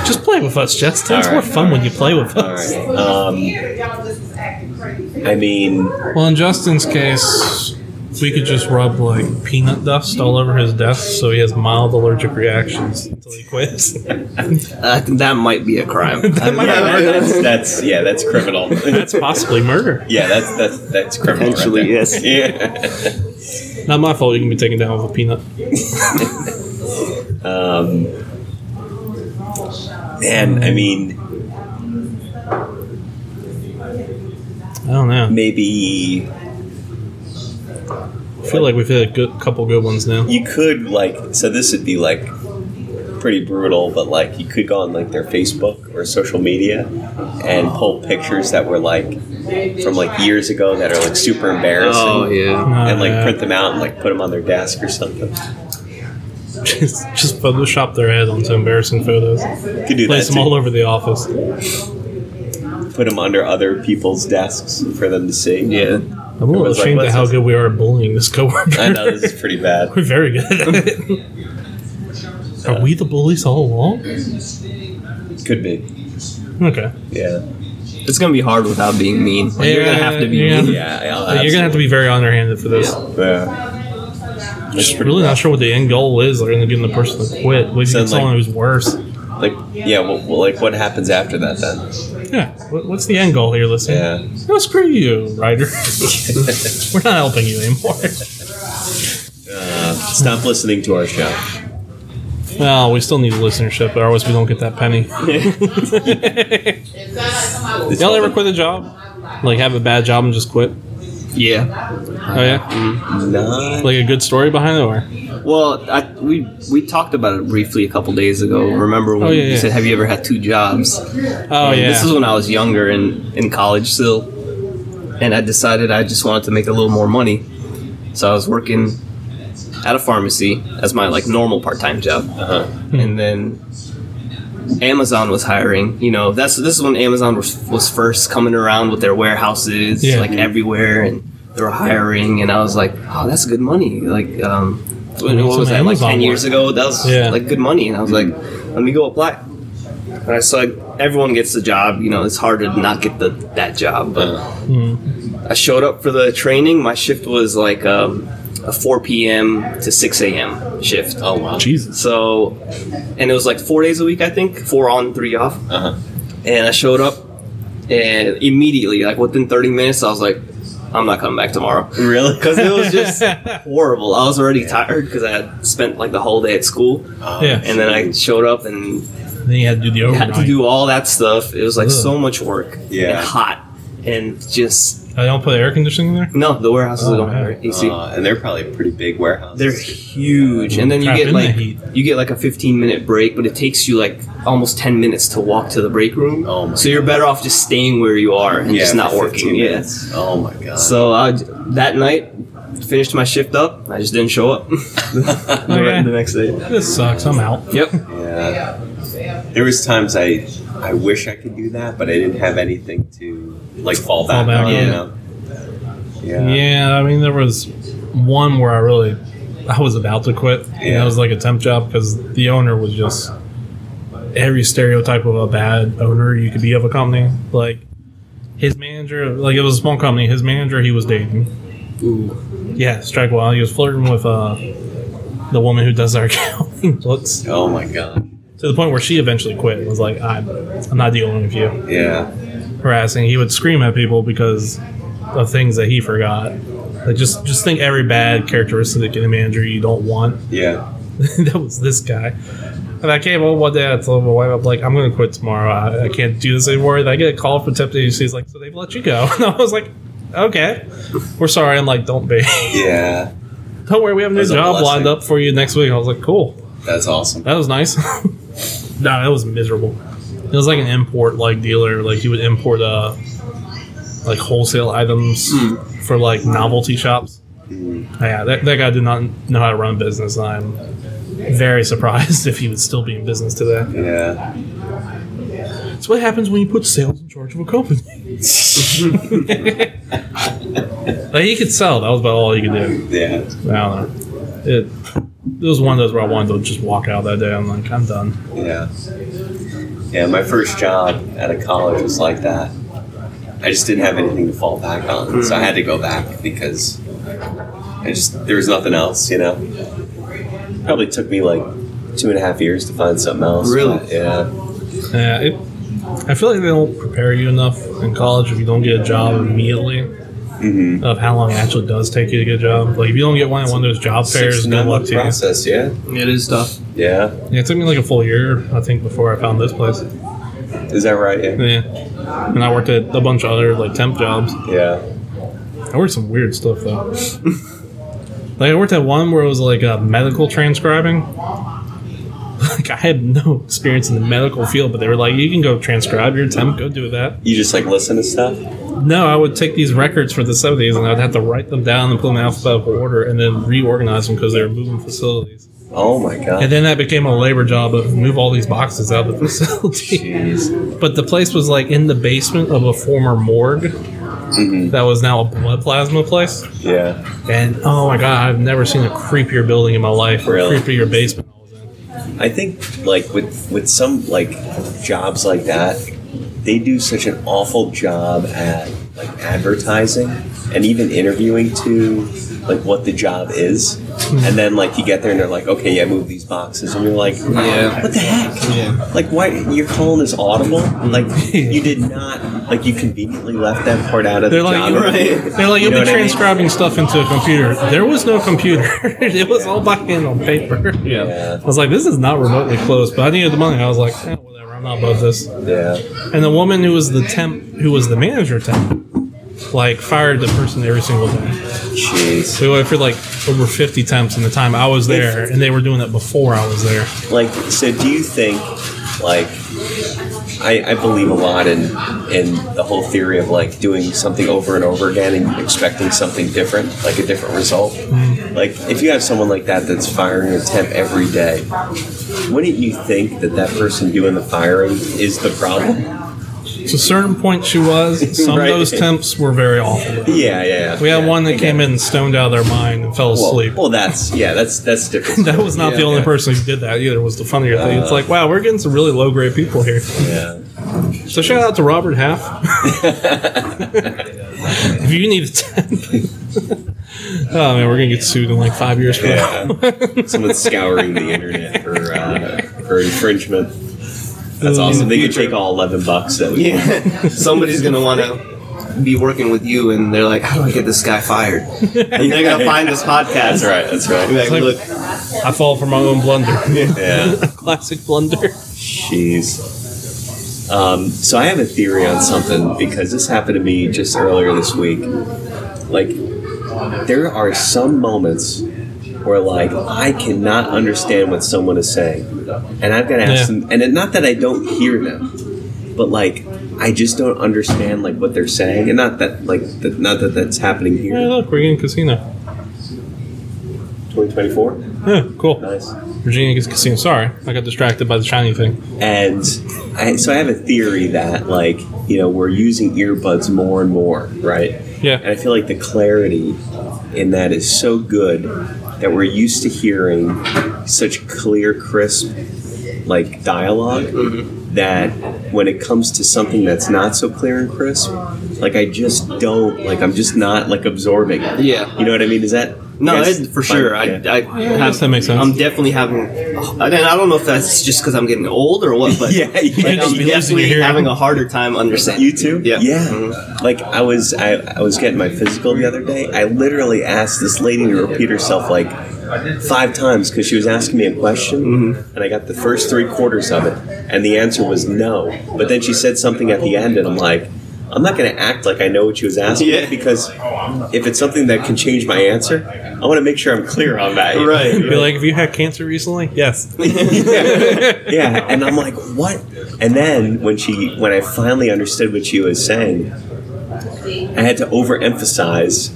Just play with us, Justin. It's
All
more
right,
fun when you play with
all
us.
right um i mean
Well, in Justin's case, we could just rub like peanut dust all over his desk so he has mild allergic reactions until he quits.
I think Uh, that might be a crime.
that might be
yeah,
murder.
that's, that's yeah that's criminal
That's possibly murder.
yeah that's that's that's criminal right
Potentially,
there.
yes.
yeah
Not my fault. You can be taken down with a peanut.
Um, man, I mean,
I don't know.
maybe
I feel like we've had a good couple good ones now.
you could like. So this would be like pretty brutal, but like you could go on like their Facebook or social media and pull pictures that were like from like years ago that are like super embarrassing.
oh yeah,
Uh,
And like print them out and like put them on their desk or something.
just, just Photoshop their head onto embarrassing photos.
You could do
Place
that.
them all
Too.
over the office.
Put them under other people's desks for them to see.
yeah.
I'm a
It
little
was like,
ashamed
what's
at how
this?
good we are at bullying this coworker.
I know this is pretty bad.
We're very good at it. Are we the bullies all along?
Could be.
Okay.
Yeah.
It's gonna be hard without being mean. Like, you're gonna have to be
Yeah,
mean.
Yeah. I'll
You're gonna have to be very underhanded for this.
absolutely- Uh, Yeah.
Just really not sure what the end goal is. Other than getting the person to quit. What if you
Sounds
get someone
like-
who's worse?
Like, yeah, well, well, like what happens after that then?
Yeah. What, what's the end goal here, listener?
Yeah.
No, screw you, writer. We're not helping you anymore.
Stop listening to our show.
Well, we still need listenership, or else we don't get that penny.
It's
Y'all ever
called-
quit a job? Like have a bad job and just quit?
Yeah.
Oh yeah.
Nah.
Like a good story behind it, or
Well, I, we we talked about it briefly a couple days ago. Remember when
Oh, yeah,
you
yeah.
said, "Have you ever had two jobs?"
oh yeah.
This is when I was younger and in college still, and I decided I just wanted to make a little more money, so I was working at a pharmacy as my like normal part time job,
Uh-huh.
Hmm.
and then Amazon was hiring. You know, that's this is when Amazon was, was first coming around with their warehouses
Yeah.
like everywhere, and they were hiring. And I was like, oh, that's good money. Like, um, what,
Doing
what
some
was that?
Amazon
like ten years
work.
ago, that was
Yeah.
like good money. And I was like, let me go apply. And I saw everyone gets the job. You know, it's hard to not get the that job, but. I showed up for the training. My shift was like um, a 4 p.m. to 6 a.m. shift.
Oh wow.
Jesus.
So, and it was like four days a week, I think, four on, three off.
Uh-huh.
And I showed up, and immediately, like within 30 minutes, I was like, I'm not coming back tomorrow.
Really?
Because it was just horrible. I was already tired because I had spent like the whole day at school.
Uh,
Yeah.
And then I showed up and
Then you had to do the
had
overnight.
to do all that stuff. It was like
Oh, Ugh.
so much work
Yeah.
and hot and just
I don't put air conditioning in there.
no, the warehouses
Oh,
don't
man.
have AC.
Uh, and they're probably pretty big warehouses.
They're huge, and then you
Crap,
get
in the
like
heat.
you get like a 15 minute break, but it takes you like almost 10 minutes to walk to the break room.
Oh my
so you're better off just staying where you are and just not
for
working.
15
Yeah.
minutes. Oh my god.
So I, that night, finished my shift up. I just didn't show up
Okay.
the next day.
This sucks. I'm out.
Yep.
yeah. There was times I I wish I could do that, but I didn't have anything to like fall back,
back
on.
on.
You know? Yeah.
Yeah, I mean, there was one where I really, I was about to quit. And
Yeah.
that was like a temp job because the owner was just every stereotype of a bad owner you could be of a company. Like his manager, like it was a small company. His manager, he was dating. Ooh. Yeah, strike while he was flirting with uh the woman who does our accounting books
Oh my god.
to the point where she eventually quit and was like, I'm, I'm not dealing with you
Yeah.
harassing. He would scream at people because of things that he forgot. Like just just think every bad characteristic in a manager you don't want.
Yeah.
that was this guy. And I came home one day. I told my wife, "I'm like, I'm gonna quit tomorrow. I, I can't do this anymore." And I get a call from temp agency. He's like, "So they've let you go?" And I was like, "Okay, we're sorry." I'm like, "Don't be.
Yeah.
Don't worry. We have a new
That's a
job
blessing.
lined up for you next week." I was like, "Cool.
That's awesome.
That was nice." no, that was miserable. It was like an import like dealer. Like he would import uh like wholesale items for like novelty shops. Yeah, that, that guy did not know how to run a business. and I'm very surprised if he would still be in business today.
Yeah.
It's what happens when you put sales in charge of a company. like he could sell. That was about all he could do.
Yeah.
I don't know. It, it was one of those where I wanted to just walk out that day. I'm like, I'm done.
Yeah. Yeah, my first job at a college was like that. I just didn't have anything to fall back on, so I had to go back because I just there was nothing else, you know. Probably took me like two and a half years to find something else.
Really?
but yeah.
Yeah, it, I feel like they don't prepare you enough in college if you don't get a job immediately. Of how long it actually does take you to get a job. Like if you don't get one at one of those job fairs,
Six-
good
nine
luck
month
to you.
process. Yeah.
It is tough.
Yeah.
Yeah, it took me like a full year, I think, before I found this place.
Is that right? Yeah.
Yeah, and I worked at a bunch of other like temp jobs.
Yeah.
I worked some weird stuff though. like I worked at one where it was like uh, medical transcribing. Like I had no experience in the medical field, but they were like, "You can go transcribe your temp, go do that."
You just like listen to stuff.
No, I would take these records for the 70s and I'd have to write them down and put them in alphabetical order and then reorganize them because they were moving facilities.
Oh my god.
And then that became a labor job of move all these boxes out of the facility.
Jeez.
but the place was like in the basement of a former morgue that was now a blood plasma place.
Mm-hmm. Yeah.
And oh my god, I've never seen a creepier building in my life or
Really?
a creepier basement. I was in.
I think like with with some like jobs like that, they do such an awful job at like advertising and even interviewing to like what the job is. And then like you get there and they're like, okay, yeah, move these boxes, and you're like,
Yeah.
what the heck? Like why you're calling this audible? Like you did not like you conveniently left that part out of
They're
the
like,
job.
you'll, they're like,
You
you'll be
know what I mean?
transcribing stuff into a computer. There was no computer. it was all by hand on paper.
Yeah.
I was like, this is not remotely close, but I needed the money. I was like, eh, whatever, I'm not above this.
Yeah.
And the woman who was the temp, who was the manager temp, like fired the person every single day.
Jeez.
So we went for like over 50 temps in the time I was there, and they were doing that before I was there.
like so do you think like I, I believe a lot in in the whole theory of like doing something over and over again and expecting something different like a different result Like, if you have someone like that that's firing a temp every day, wouldn't you think that that person doing the firing is the problem?
To a certain point, she was. Some
Right.
of those temps were very awful.
Yeah, yeah.
We had
yeah,
one that
I
came
get it.
in stoned out of their mind and fell
Well,
asleep.
well, that's yeah, that's that's different.
that was not
Yeah,
the only
yeah.
person who did that either. Was the funnier thing. It's like, wow, we're getting some really low grade people here.
Yeah.
So shout out to Robert Half. if you need a temp, oh man, we're gonna get sued in like five years from now.
Yeah. Someone's scouring the internet for uh, for infringement. That's
Um,
awesome. They could take all eleven bucks. That we
Yeah. Somebody's gonna want to be working with you, and they're like, "How do I get this guy fired?" And they're gonna find this podcast.
That's right. That's
Be
right.
Like, look,
I fall for my own blunder.
Yeah.
Classic blunder.
Jeez. Um, so I have a theory on something because this happened to me just earlier this week. Like, there are some moments where like I cannot understand what someone is saying, and I've got to ask
Yeah.
them. And it, not that I don't hear them, but like I just don't understand like what they're saying, and not that like that, not that that's happening
Hey,
here.
look, we're getting casino.
Twenty twenty four.
Yeah, cool.
Nice.
Virginia gets casino. Sorry, I got distracted by the shiny thing.
And I, so I have a theory that, like, you know, we're using earbuds more and more, right?
Yeah.
And I feel like the clarity in that is so good that we're used to hearing such clear, crisp, like, dialog
Mm-hmm.
that when it comes to something that's not so clear and crisp, like, I just don't, like, I'm just not, like, absorbing it.
Yeah.
You know what I mean? Is that.
No,
that's
it, for
fine,
sure. I,
yeah.
I
guess that makes sense.
I'm definitely having, uh, and I don't know if that's just because I'm getting old or what, but
Yeah, you
like,
just
I'm
be losing your
definitely
hearing.
having a harder time understanding.
You too?
Yeah.
Yeah.
Mhm.
Like I was I, I was getting my physical the other day. I literally asked this lady to repeat herself like five times because she was asking me a question
Mm-hmm.
and I got the first three quarters of it and the answer was no. But then she said something at the end and I'm like I'm not going to act like I know what she was asking
Yeah.
because if it's something that can change my answer, I want to make sure I'm clear on that. you know?
Right.
Be like, have you had cancer recently? Yes.
yeah and i'm like what and then when she when i finally understood what she was saying i had to overemphasize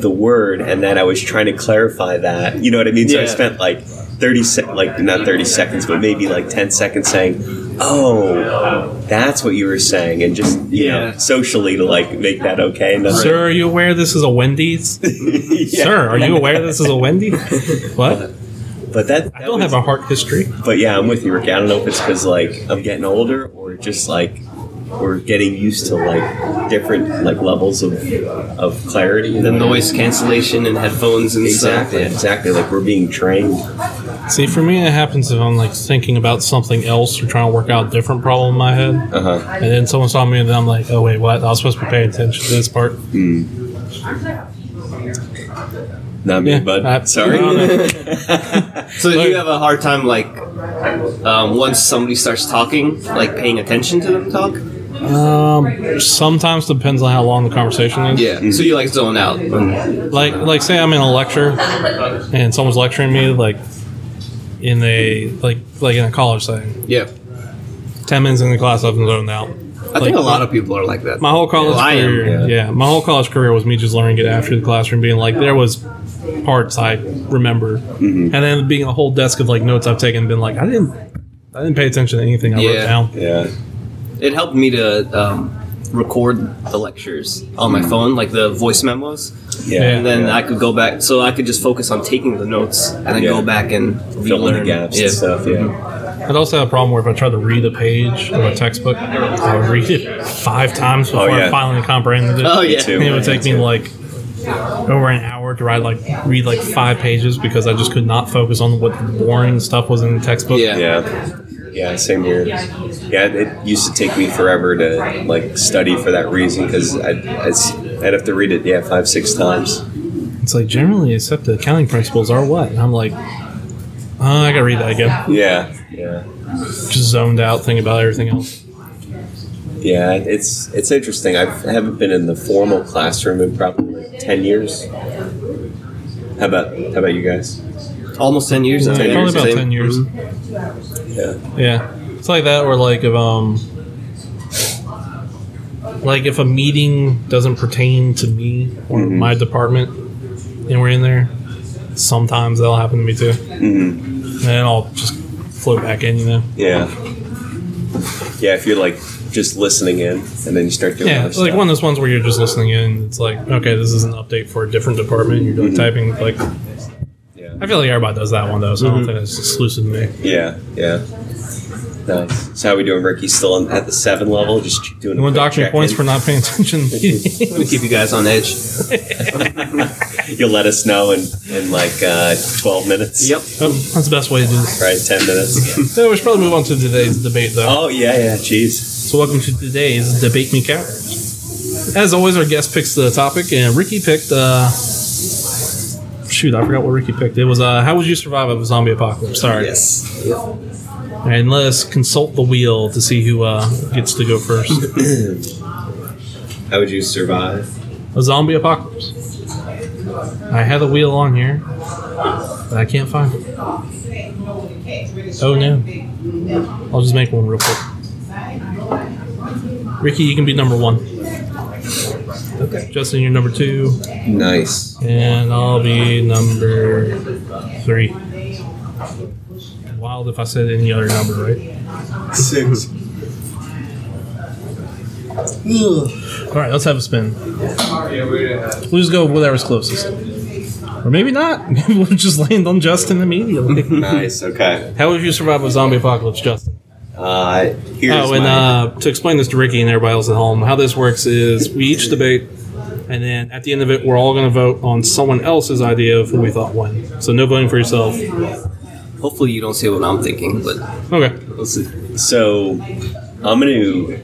the word and then i was trying to clarify that you know what i mean so i
Yeah.
spent like 30 sec like not 30 seconds but maybe like 10 seconds saying oh that's what you were saying and just you know
Yeah.
socially to like make that okay and that's
Sir, are you aware this is a Wendy's?
Yeah.
Sir, are you aware this is a Wendy's? What?
but that, that
I don't have a heart history.
But yeah, I'm with you, Rick. I don't know if it's because like I'm getting older or just like we're getting used to like different like levels of of clarity.
The noise cancellation and headphones and
Exactly,
stuff.
exactly. Like we're being trained.
See, for me, it happens if I'm like thinking about something else or trying to work out a different problem in my head.
Uh huh.
And then someone saw me, and then I'm like, oh, wait, what? I was supposed to be paying attention to this part.
Not me,
Yeah,
bud.
I-
Sorry.
I don't
So
Like-
you have a hard time like um, once somebody starts talking, like paying attention to them talk.
Um, sometimes depends on how long the conversation is.
So you like zone out.
like like say I'm in a lecture and someone's lecturing me like in a like like in a college setting.
Yeah.
Ten minutes in the class, I've zoned out.
I think a lot of people are like that.
My whole college
Well, I am,
career, yeah. my whole college career was me just learning it after the classroom, being like there was parts I remember, and then being a whole desk of like notes I've taken, been like I didn't I didn't pay attention to anything I wrote
Yeah.
down.
yeah.
It helped me to um, record the lectures on my phone, like the voice memos.
Hmm. Yeah.
And then I could go back, so I could just focus on taking the notes and then
Yeah.
go back and
Fill in the
relearn.
gaps
Yeah.
and stuff. Yeah.
I'd also have a problem where if I tried to read a page of a textbook, I would read it five times before
Oh, yeah.
I finally comprehended it.
Oh
Me
yeah.
too.
And it would take me like over an hour to write like read like five pages because I just could not focus on what boring stuff was in the textbook.
Yeah.
Yeah. Yeah, same here. Yeah, it used to take me forever to like study for that reason because I'd, I'd I'd have to read it yeah five six times.
It's like generally accepted accounting principles are what? And I'm like, oh, I gotta read that again.
Yeah, yeah.
Just zoned out, thinking about everything else.
Yeah, it's it's interesting. I've, I haven't been in the formal classroom in probably like ten years. How about how about you guys?
Almost ten years. I
Ten
think.
Probably
years,
about
Same. Mm-hmm.
ten years.
Yeah,
Yeah, it's like that, or like if um, like if a meeting doesn't pertain to me or my department, and we're in there, sometimes that'll happen to me too. And then I'll just float back in, you know.
Mm-hmm. Yeah. Yeah, if you're like just listening in and then you start doing
Yeah,
other
it's like
stuff.
one of those ones where you're just listening in. It's like, okay, this is an update for a different department. You're like typing like.
Yeah.
I feel like everybody does that one though, so I don't think it's exclusive to me.
Yeah, yeah. Nice. So how we doing, Ricky? Still on, at the seven level? Just doing.
You
a
want to
quick
dock me
check-in?
points for not paying attention?
Let me keep you guys on edge.
You'll let us know in in like uh, twelve minutes.
Yep.
Oh, that's the best way to do this.
Right, ten minutes.
So we should probably move on to today's debate though.
oh yeah, yeah. Jeez.
So welcome to today's debate me cat. As always, our guest picks the topic, and Ricky picked. uh Shoot, I forgot what Ricky picked. It was uh, how would you survive a zombie apocalypse? Sorry,
Yes.
and let us consult the wheel to see who uh, gets to go first.
How would you survive?
a zombie apocalypse. I had the wheel on here, but I can't find it. Oh no! I'll just make one real quick. Ricky, you can be number one. Okay. Justin, you're number two,
Nice.
and I'll be number three. Wild if I said any other number, right?
Six.
All right, let's have a spin. We'll just go whatever's closest, or maybe not. Maybe we'll just land on Justin immediately.
nice. Okay.
How would you survive a zombie apocalypse, Justin?
Uh, here's
Oh, and
my.
uh, to explain this to Ricky and everybody else at home, how this works is we each debate, and then at the end of it, we're all going to vote on someone else's idea of who we thought won. So no voting for yourself.
Hopefully you don't say what I'm thinking, but
Okay.
we'll see.
So I'm gonna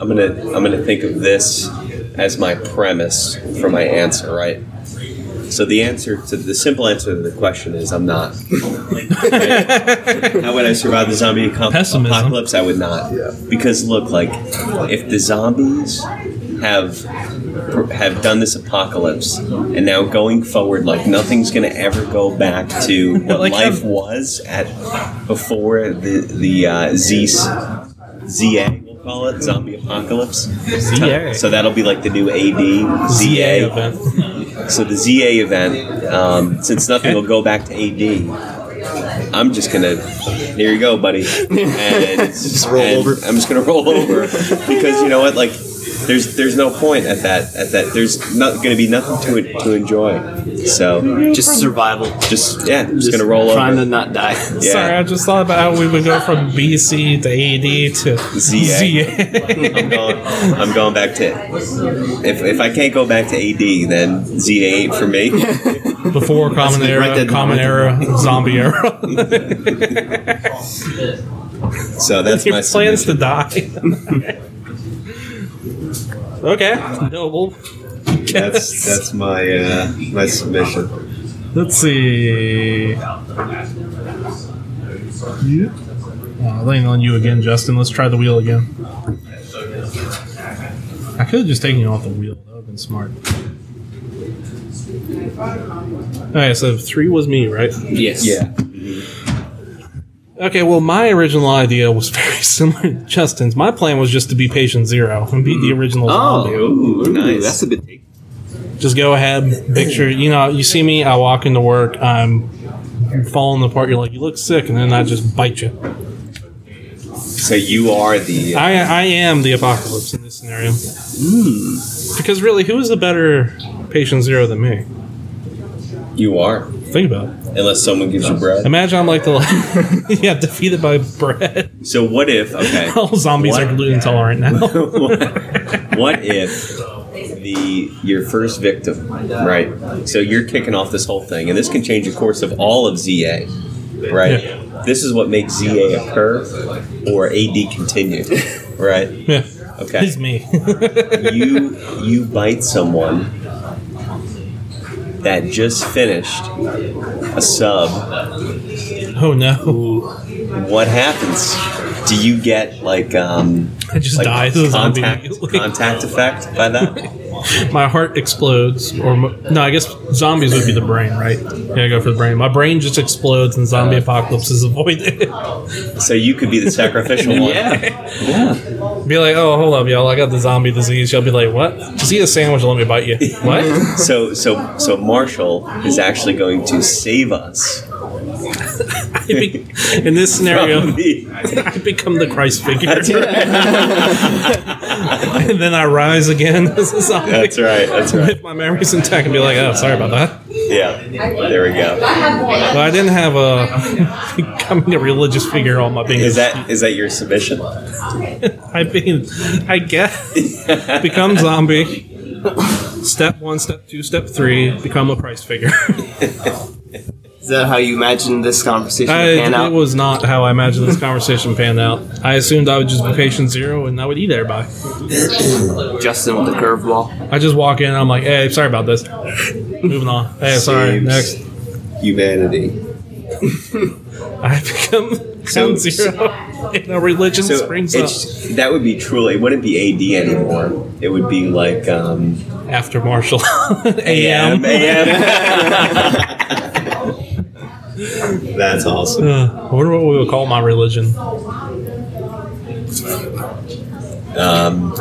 I'm gonna I'm gonna think of this as my premise for my answer, right? So the answer to the simple answer to the question is I'm not. How would I survive the zombie aco-
Pessimism.
apocalypse? I would not. Because look, like if the zombies have have done this apocalypse and now going forward like nothing's gonna ever go back to what
Like
life
how-
was at before the the uh, Z ZA we'll call it zombie apocalypse
ZA.
so that'll be like the new AD
Yeah,
ZA
event.
so the ZA event um, since nothing will go back to AD I'm just gonna here you go buddy and just
roll over.
I'm just gonna roll over because you know what like there's there's no point at that at that there's not gonna be nothing to it to enjoy so
Just survival.
just yeah just, gonna roll
trying
over
to not die.
Yeah.
Sorry, I just thought about how we would go from BC to AD to
ZA.
ZA.
I'm going, I'm going back to if, if I can't go back to AD, then ZA ain't for me.
Before Common
Let's write
Era,
that
Common Era, Zombie Era.
So that's
Your
my
plans
submission.
to die. okay, noble.
That's that's my uh, my submission.
Let's see. Yep. Uh, laying on you again, Justin. Let's try the wheel again. I could have just taken you off the wheel. That would have been smart. Okay, so three was me, right?
Yes.
Yeah.
Okay, well, my original idea was very similar to Justin's. My plan was just to be patient zero and beat the original
Oh,
zombie.
ooh,
nice.
That's a good take.
Just go ahead, picture, you know, you see me, I walk into work, I'm falling apart. You're like, you look sick, and then I just bite you.
So you are the
I, I am the apocalypse in this scenario.
Hmm.
Because really, who is the better patient zero than me?
you are
Think about it.
unless someone gives you bread.
Imagine I'm like the yeah defeated by bread.
So what if okay?
All zombies
What?
are gluten intolerant now.
what if the your first victim, right? So you're kicking off this whole thing, and this can change the course of all of ZA, right? This is what makes ZA occur or AD continue, right?
yeah,
Okay,
it's me.
you you bite someone that just finished a sub.
oh no,
What happens? Do you get like um
I just
like
died die to the zombie.
contact
immediately.
contact effect by that?
my heart explodes, or mo- no, I guess zombies would be the brain, right? Yeah, I go for the brain. My brain just explodes, and zombie apocalypse is avoided.
So you could be the sacrificial one.
Yeah.
be like, oh, hold up, y'all, I got the zombie disease. Y'all be like, what? Just eat a sandwich and let me bite you. What?
So so so Marshall is actually going to save us.
It'd be- In this scenario,
from the-
I become the Christ figure,
That's
and then I rise again as a zombie.
right. That's right.
If my memory's intact, and be like, oh, sorry about that.
Yeah. There we go.
But I didn't have a becoming a religious figure on my being.
Is that is that your submission?
I mean, I guess become zombie. Step one, step two, step three, become a price figure.
Is that how you imagine this conversation
I,
would pan out?
it was not how I imagined this conversation panned out. I assumed I would just be patient zero and I would eat everybody.
Justin with the curveball.
I just walk in, I'm like, hey, sorry about this. Moving on. Hey, sorry. Next.
Saves Humanity.
I become so,
So-
zero. And a religion
So
springs up
it's that would be truly. It wouldn't be AD anymore. It would be like um,
after Marshall. AM.
That's awesome.
Uh, I wonder what we would call my religion.
Um,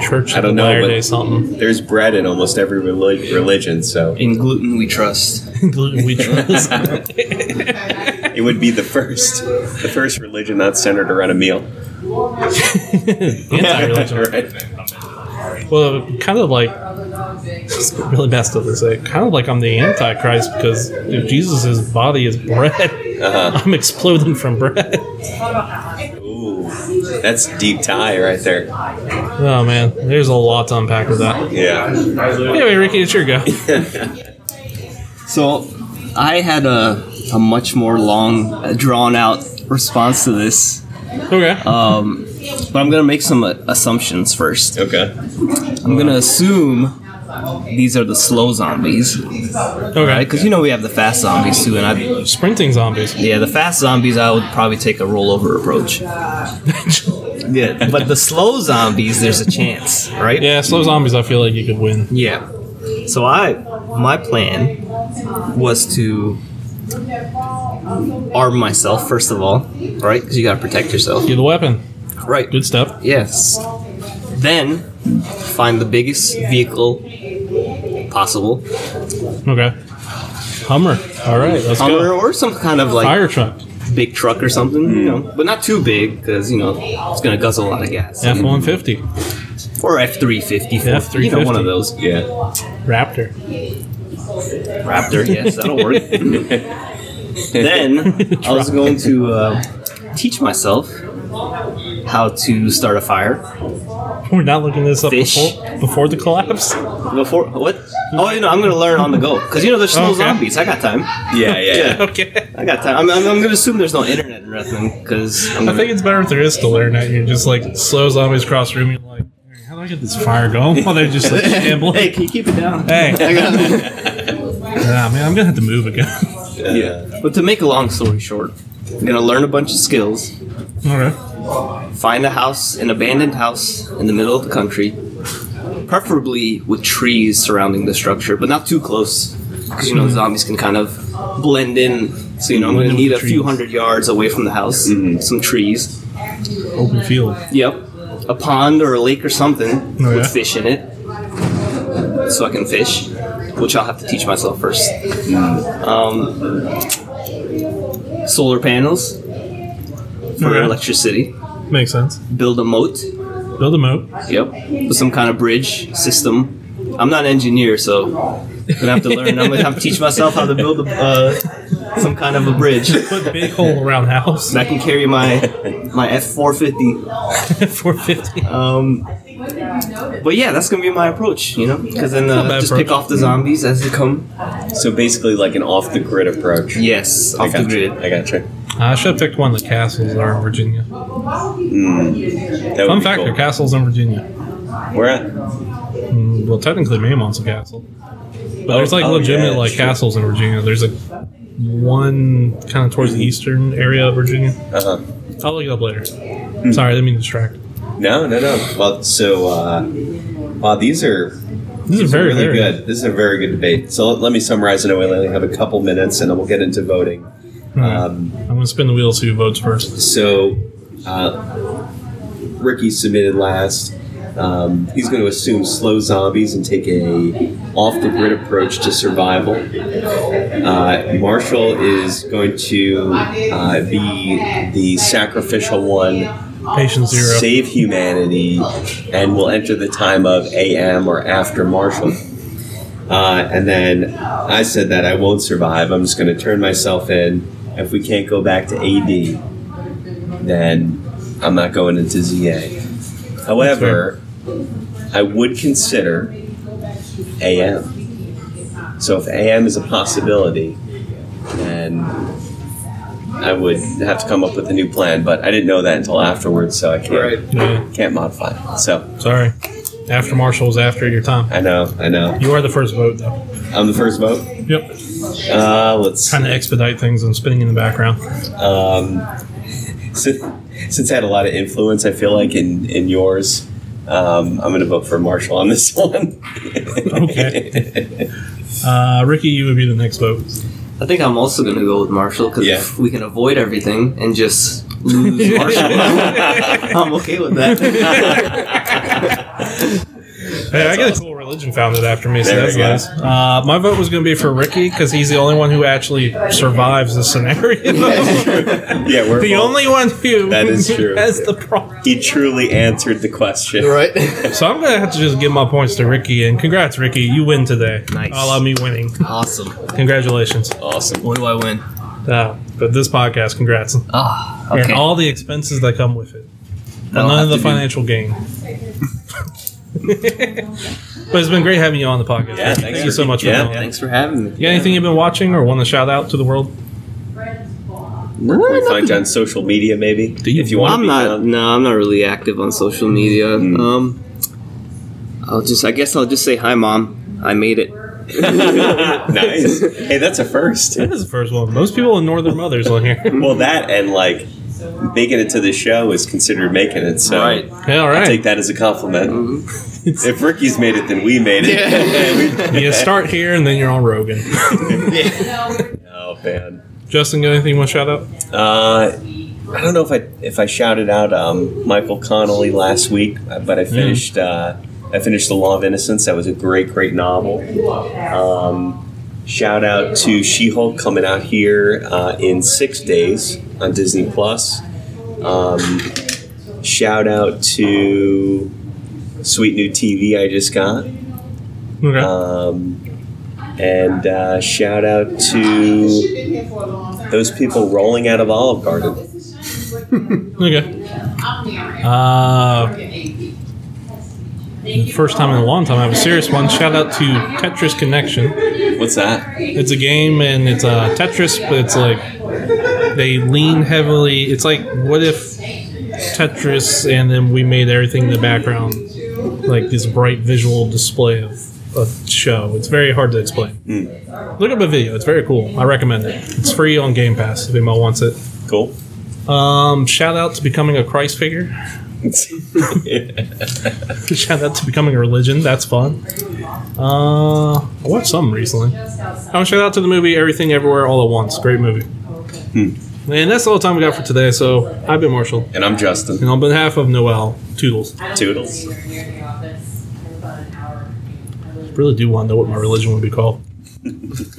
Church
I
of the
don't know,
Latter
but-
Day something.
there's bread in almost every reli- religion, so
In gluten we trust.
Gluten we trust.
it would be the first, the first religion not centered around a meal.
Anti-religion.
Right.
Well, kind of like it's really messed up to say. Kind of like I'm the Antichrist because if Jesus' body is bread,
Uh-huh.
I'm exploding from bread.
Ooh, that's deep tie right there.
Oh man, there's a lot to unpack with that.
Yeah.
Anyway, Ricky, it's your go.
So I had a, a much more long, uh, drawn out response to this, Um,
Okay.
but I'm going to make some uh, assumptions first.
Okay.
I'm going to assume these are the slow zombies, right?
okay.
Because you know we have the fast zombies too, and I.
Sprinting zombies.
Yeah, the fast zombies, I would probably take a rollover approach. Yeah, but the slow zombies, there's a chance, right?
yeah, slow zombies. I feel like you could win.
Yeah. So I, my plan was to arm myself first of all, right? Because you gotta protect yourself.
Get the weapon.
Right.
Good stuff.
Yes. Then find the biggest vehicle possible,
Okay. Hummer. All right, let's
Hummer
go.
or some kind of like
Fire truck.
big truck or something, you know, but not too big because you know it's gonna guzzle a lot of gas.
F one fifty.
Or F three fifty.
F-350.
You know, one of those.
Yeah.
Raptor.
Raptor, yes, that'll work. then I was going to uh, teach myself how to start a fire.
We're not looking this up
Fish.
before before the collapse.
Before what? Oh, you know, I'm going to learn on the go because you know there's no
Okay.
zombies. I got time.
Yeah. Yeah.
Okay.
I got time. I'm, I'm, I'm going to assume there's no internet or nothing because
I think it's better if there is still internet. You're just like slow zombies cross the room. You're like, "Hey, how do I get this fire going? While they're just like shambling.
Hey, can you keep it down?
Hey,
I got-
nah, man, I'm gonna have to move again.
Yeah.
but to make a long story short, I'm going to learn a bunch of skills.
okay.
find a house, an abandoned house in the middle of the country, preferably with trees surrounding the structure, but not too close, because you know
Mm-hmm.
zombies can kind of blend in. So you know I'm going to need a few hundred yards away from the house,
Mm-hmm.
some trees.
Open field.
Yep, a pond or a lake or something
Oh, yeah?
with fish in it, so I can fish, which I'll have to teach myself first.
Mm-hmm.
Um, solar panels for
Okay.
electricity.
Makes sense.
Build a moat.
Build a moat.
Yep. With some kind of bridge system. I'm not an engineer, so I'm gonna have to learn. I'm gonna have to teach myself how to build a, uh, some kind of a bridge.
Put big hole around house.
And I can carry my my F450.
450.
Um, but yeah, that's gonna be my approach, you know, because then
a
uh,
bad
just pick
approach.
off the zombies as they come.
So basically, like an off the grid approach.
Yes,
I
off the
got you.
grid.
I got you.
I should have picked one of the castles that are in Virginia.
Hmm. That would
Fun
be
fact:
cool.
there are castles in Virginia.
Where at?
Mm, Well, technically, Mammont's a castle, but there's like
Oh,
legitimate
yeah,
like
sure.
castles in Virginia. There's like one kind of towards the eastern area of Virginia.
Uh huh. Hmm.
I'll look it up later. Sorry, I didn't mean to distract.
No, no, no. Well, so uh, Wow, these are
This is
These are
very
really
very
good. This is a very good debate. So let, let me summarize it. and We only have a couple minutes, and then we'll get into voting. Um,
I'm gonna spin the wheel. See who votes first.
so uh, Ricky submitted last. Um, he's going to assume slow zombies and take a off the grid approach to survival. Uh, Marshall is going to uh, be the sacrificial one
Patient zero.
save humanity, and we'll enter the time of AM or after Marshall. Uh, and then I said that I won't survive. I'm just going to turn myself in. If we can't go back to AD, then I'm not going into ZA. However, I would consider AM. So if AM is a possibility, then I would have to come up with a new plan. But I didn't know that until afterwards, so I can't
Yeah,
can't modify. it. So
sorry. After Marshall was after your time.
I know, I know.
You are the first vote though.
I'm the first vote.
Yep.
Uh, let's
Trying to expedite things and spinning in the background.
um, since, since I had a lot of influence, I feel like in in yours, um, I'm going to vote for Marshall on this one.
Okay. Uh, Ricky, you would be the next vote.
I think I'm also going to go with Marshall because
Yeah.
if we can avoid everything and just lose Marshall, I'm okay with that.
Hey, I got a cool religion founded after me, so
There
that's
we go.
nice. Uh, my vote was going to be for Ricky because he's the only one who actually survives this scenario.
yeah, we're
the
both-
only one who
That is true.
has the problem.
He truly answered the question.
Right.
So I'm going to have to just give my points to Ricky, and congrats, Ricky. You win today.
Nice.
All of me winning.
awesome.
Congratulations.
Awesome.
What do I win?
Uh, but this podcast, congrats.
Ah,
And
okay.
all the expenses that come with it. And
That'll
none of
have
the
to be-
financial gain. but it's been great having you on the podcast.
Yeah,
Ricky.
thanks,
Thank you so
Ricky.
much for
Yeah,
coming. on.
Thanks for having me.
You got anything you've been watching or want to shout out to the world?
No,
Can we
nothing.
find you on social media, maybe? Do
you-
if you want to
I'm
be
not.
found.
No, I'm not really active on social media.
Hmm.
Um, I'll just. I guess I'll just say hi, mom. I made it.
nice. Hey, that's a first.
That is the first one. Most people in Northern Mothers on here.
Well, that and like making it to the show is considered making it. So
Right.
Yeah, all
I
right.
take that as a compliment.
Mm-hmm.
If Ricky's made it, then we made it.
you start here and then you're on Rogan.
oh man.
Justin, got anything you want to shout out?
Uh, I don't know if I if I shouted out um, Michael Connolly last week, uh, but
Hmm.
I finished uh, I finished The Law of Innocence. That was a great great novel. Um, shout out to She Hulk coming out here uh, in six days on Disney Plus. Um, shout out to sweet new TV I just got.
Okay.
Um, and uh, shout out to those people rolling out of Olive Garden.
okay. Uh, first time in a long time I have a serious one. Shout out to Tetris Connection.
What's that?
It's a game and it's uh, Tetris, but it's like they lean heavily. It's like what if Tetris and then we made everything in the background like this bright visual display of a show. It's very hard to explain. Look up a video. It's very cool. I recommend it. It's free on Game Pass if anyone wants it.
Cool.
Um, shout out to becoming a Christ figure. Shout out to becoming a religion. That's fun. Uh, I watched some recently. Oh, shout out to the movie Everything Everywhere All at Once. Great movie. And that's all the time we got for today. So I've been Marshall,
and I'm Justin.
and on behalf of Noel, Toodles.
Toodles.
Really do want to know what my religion would be called.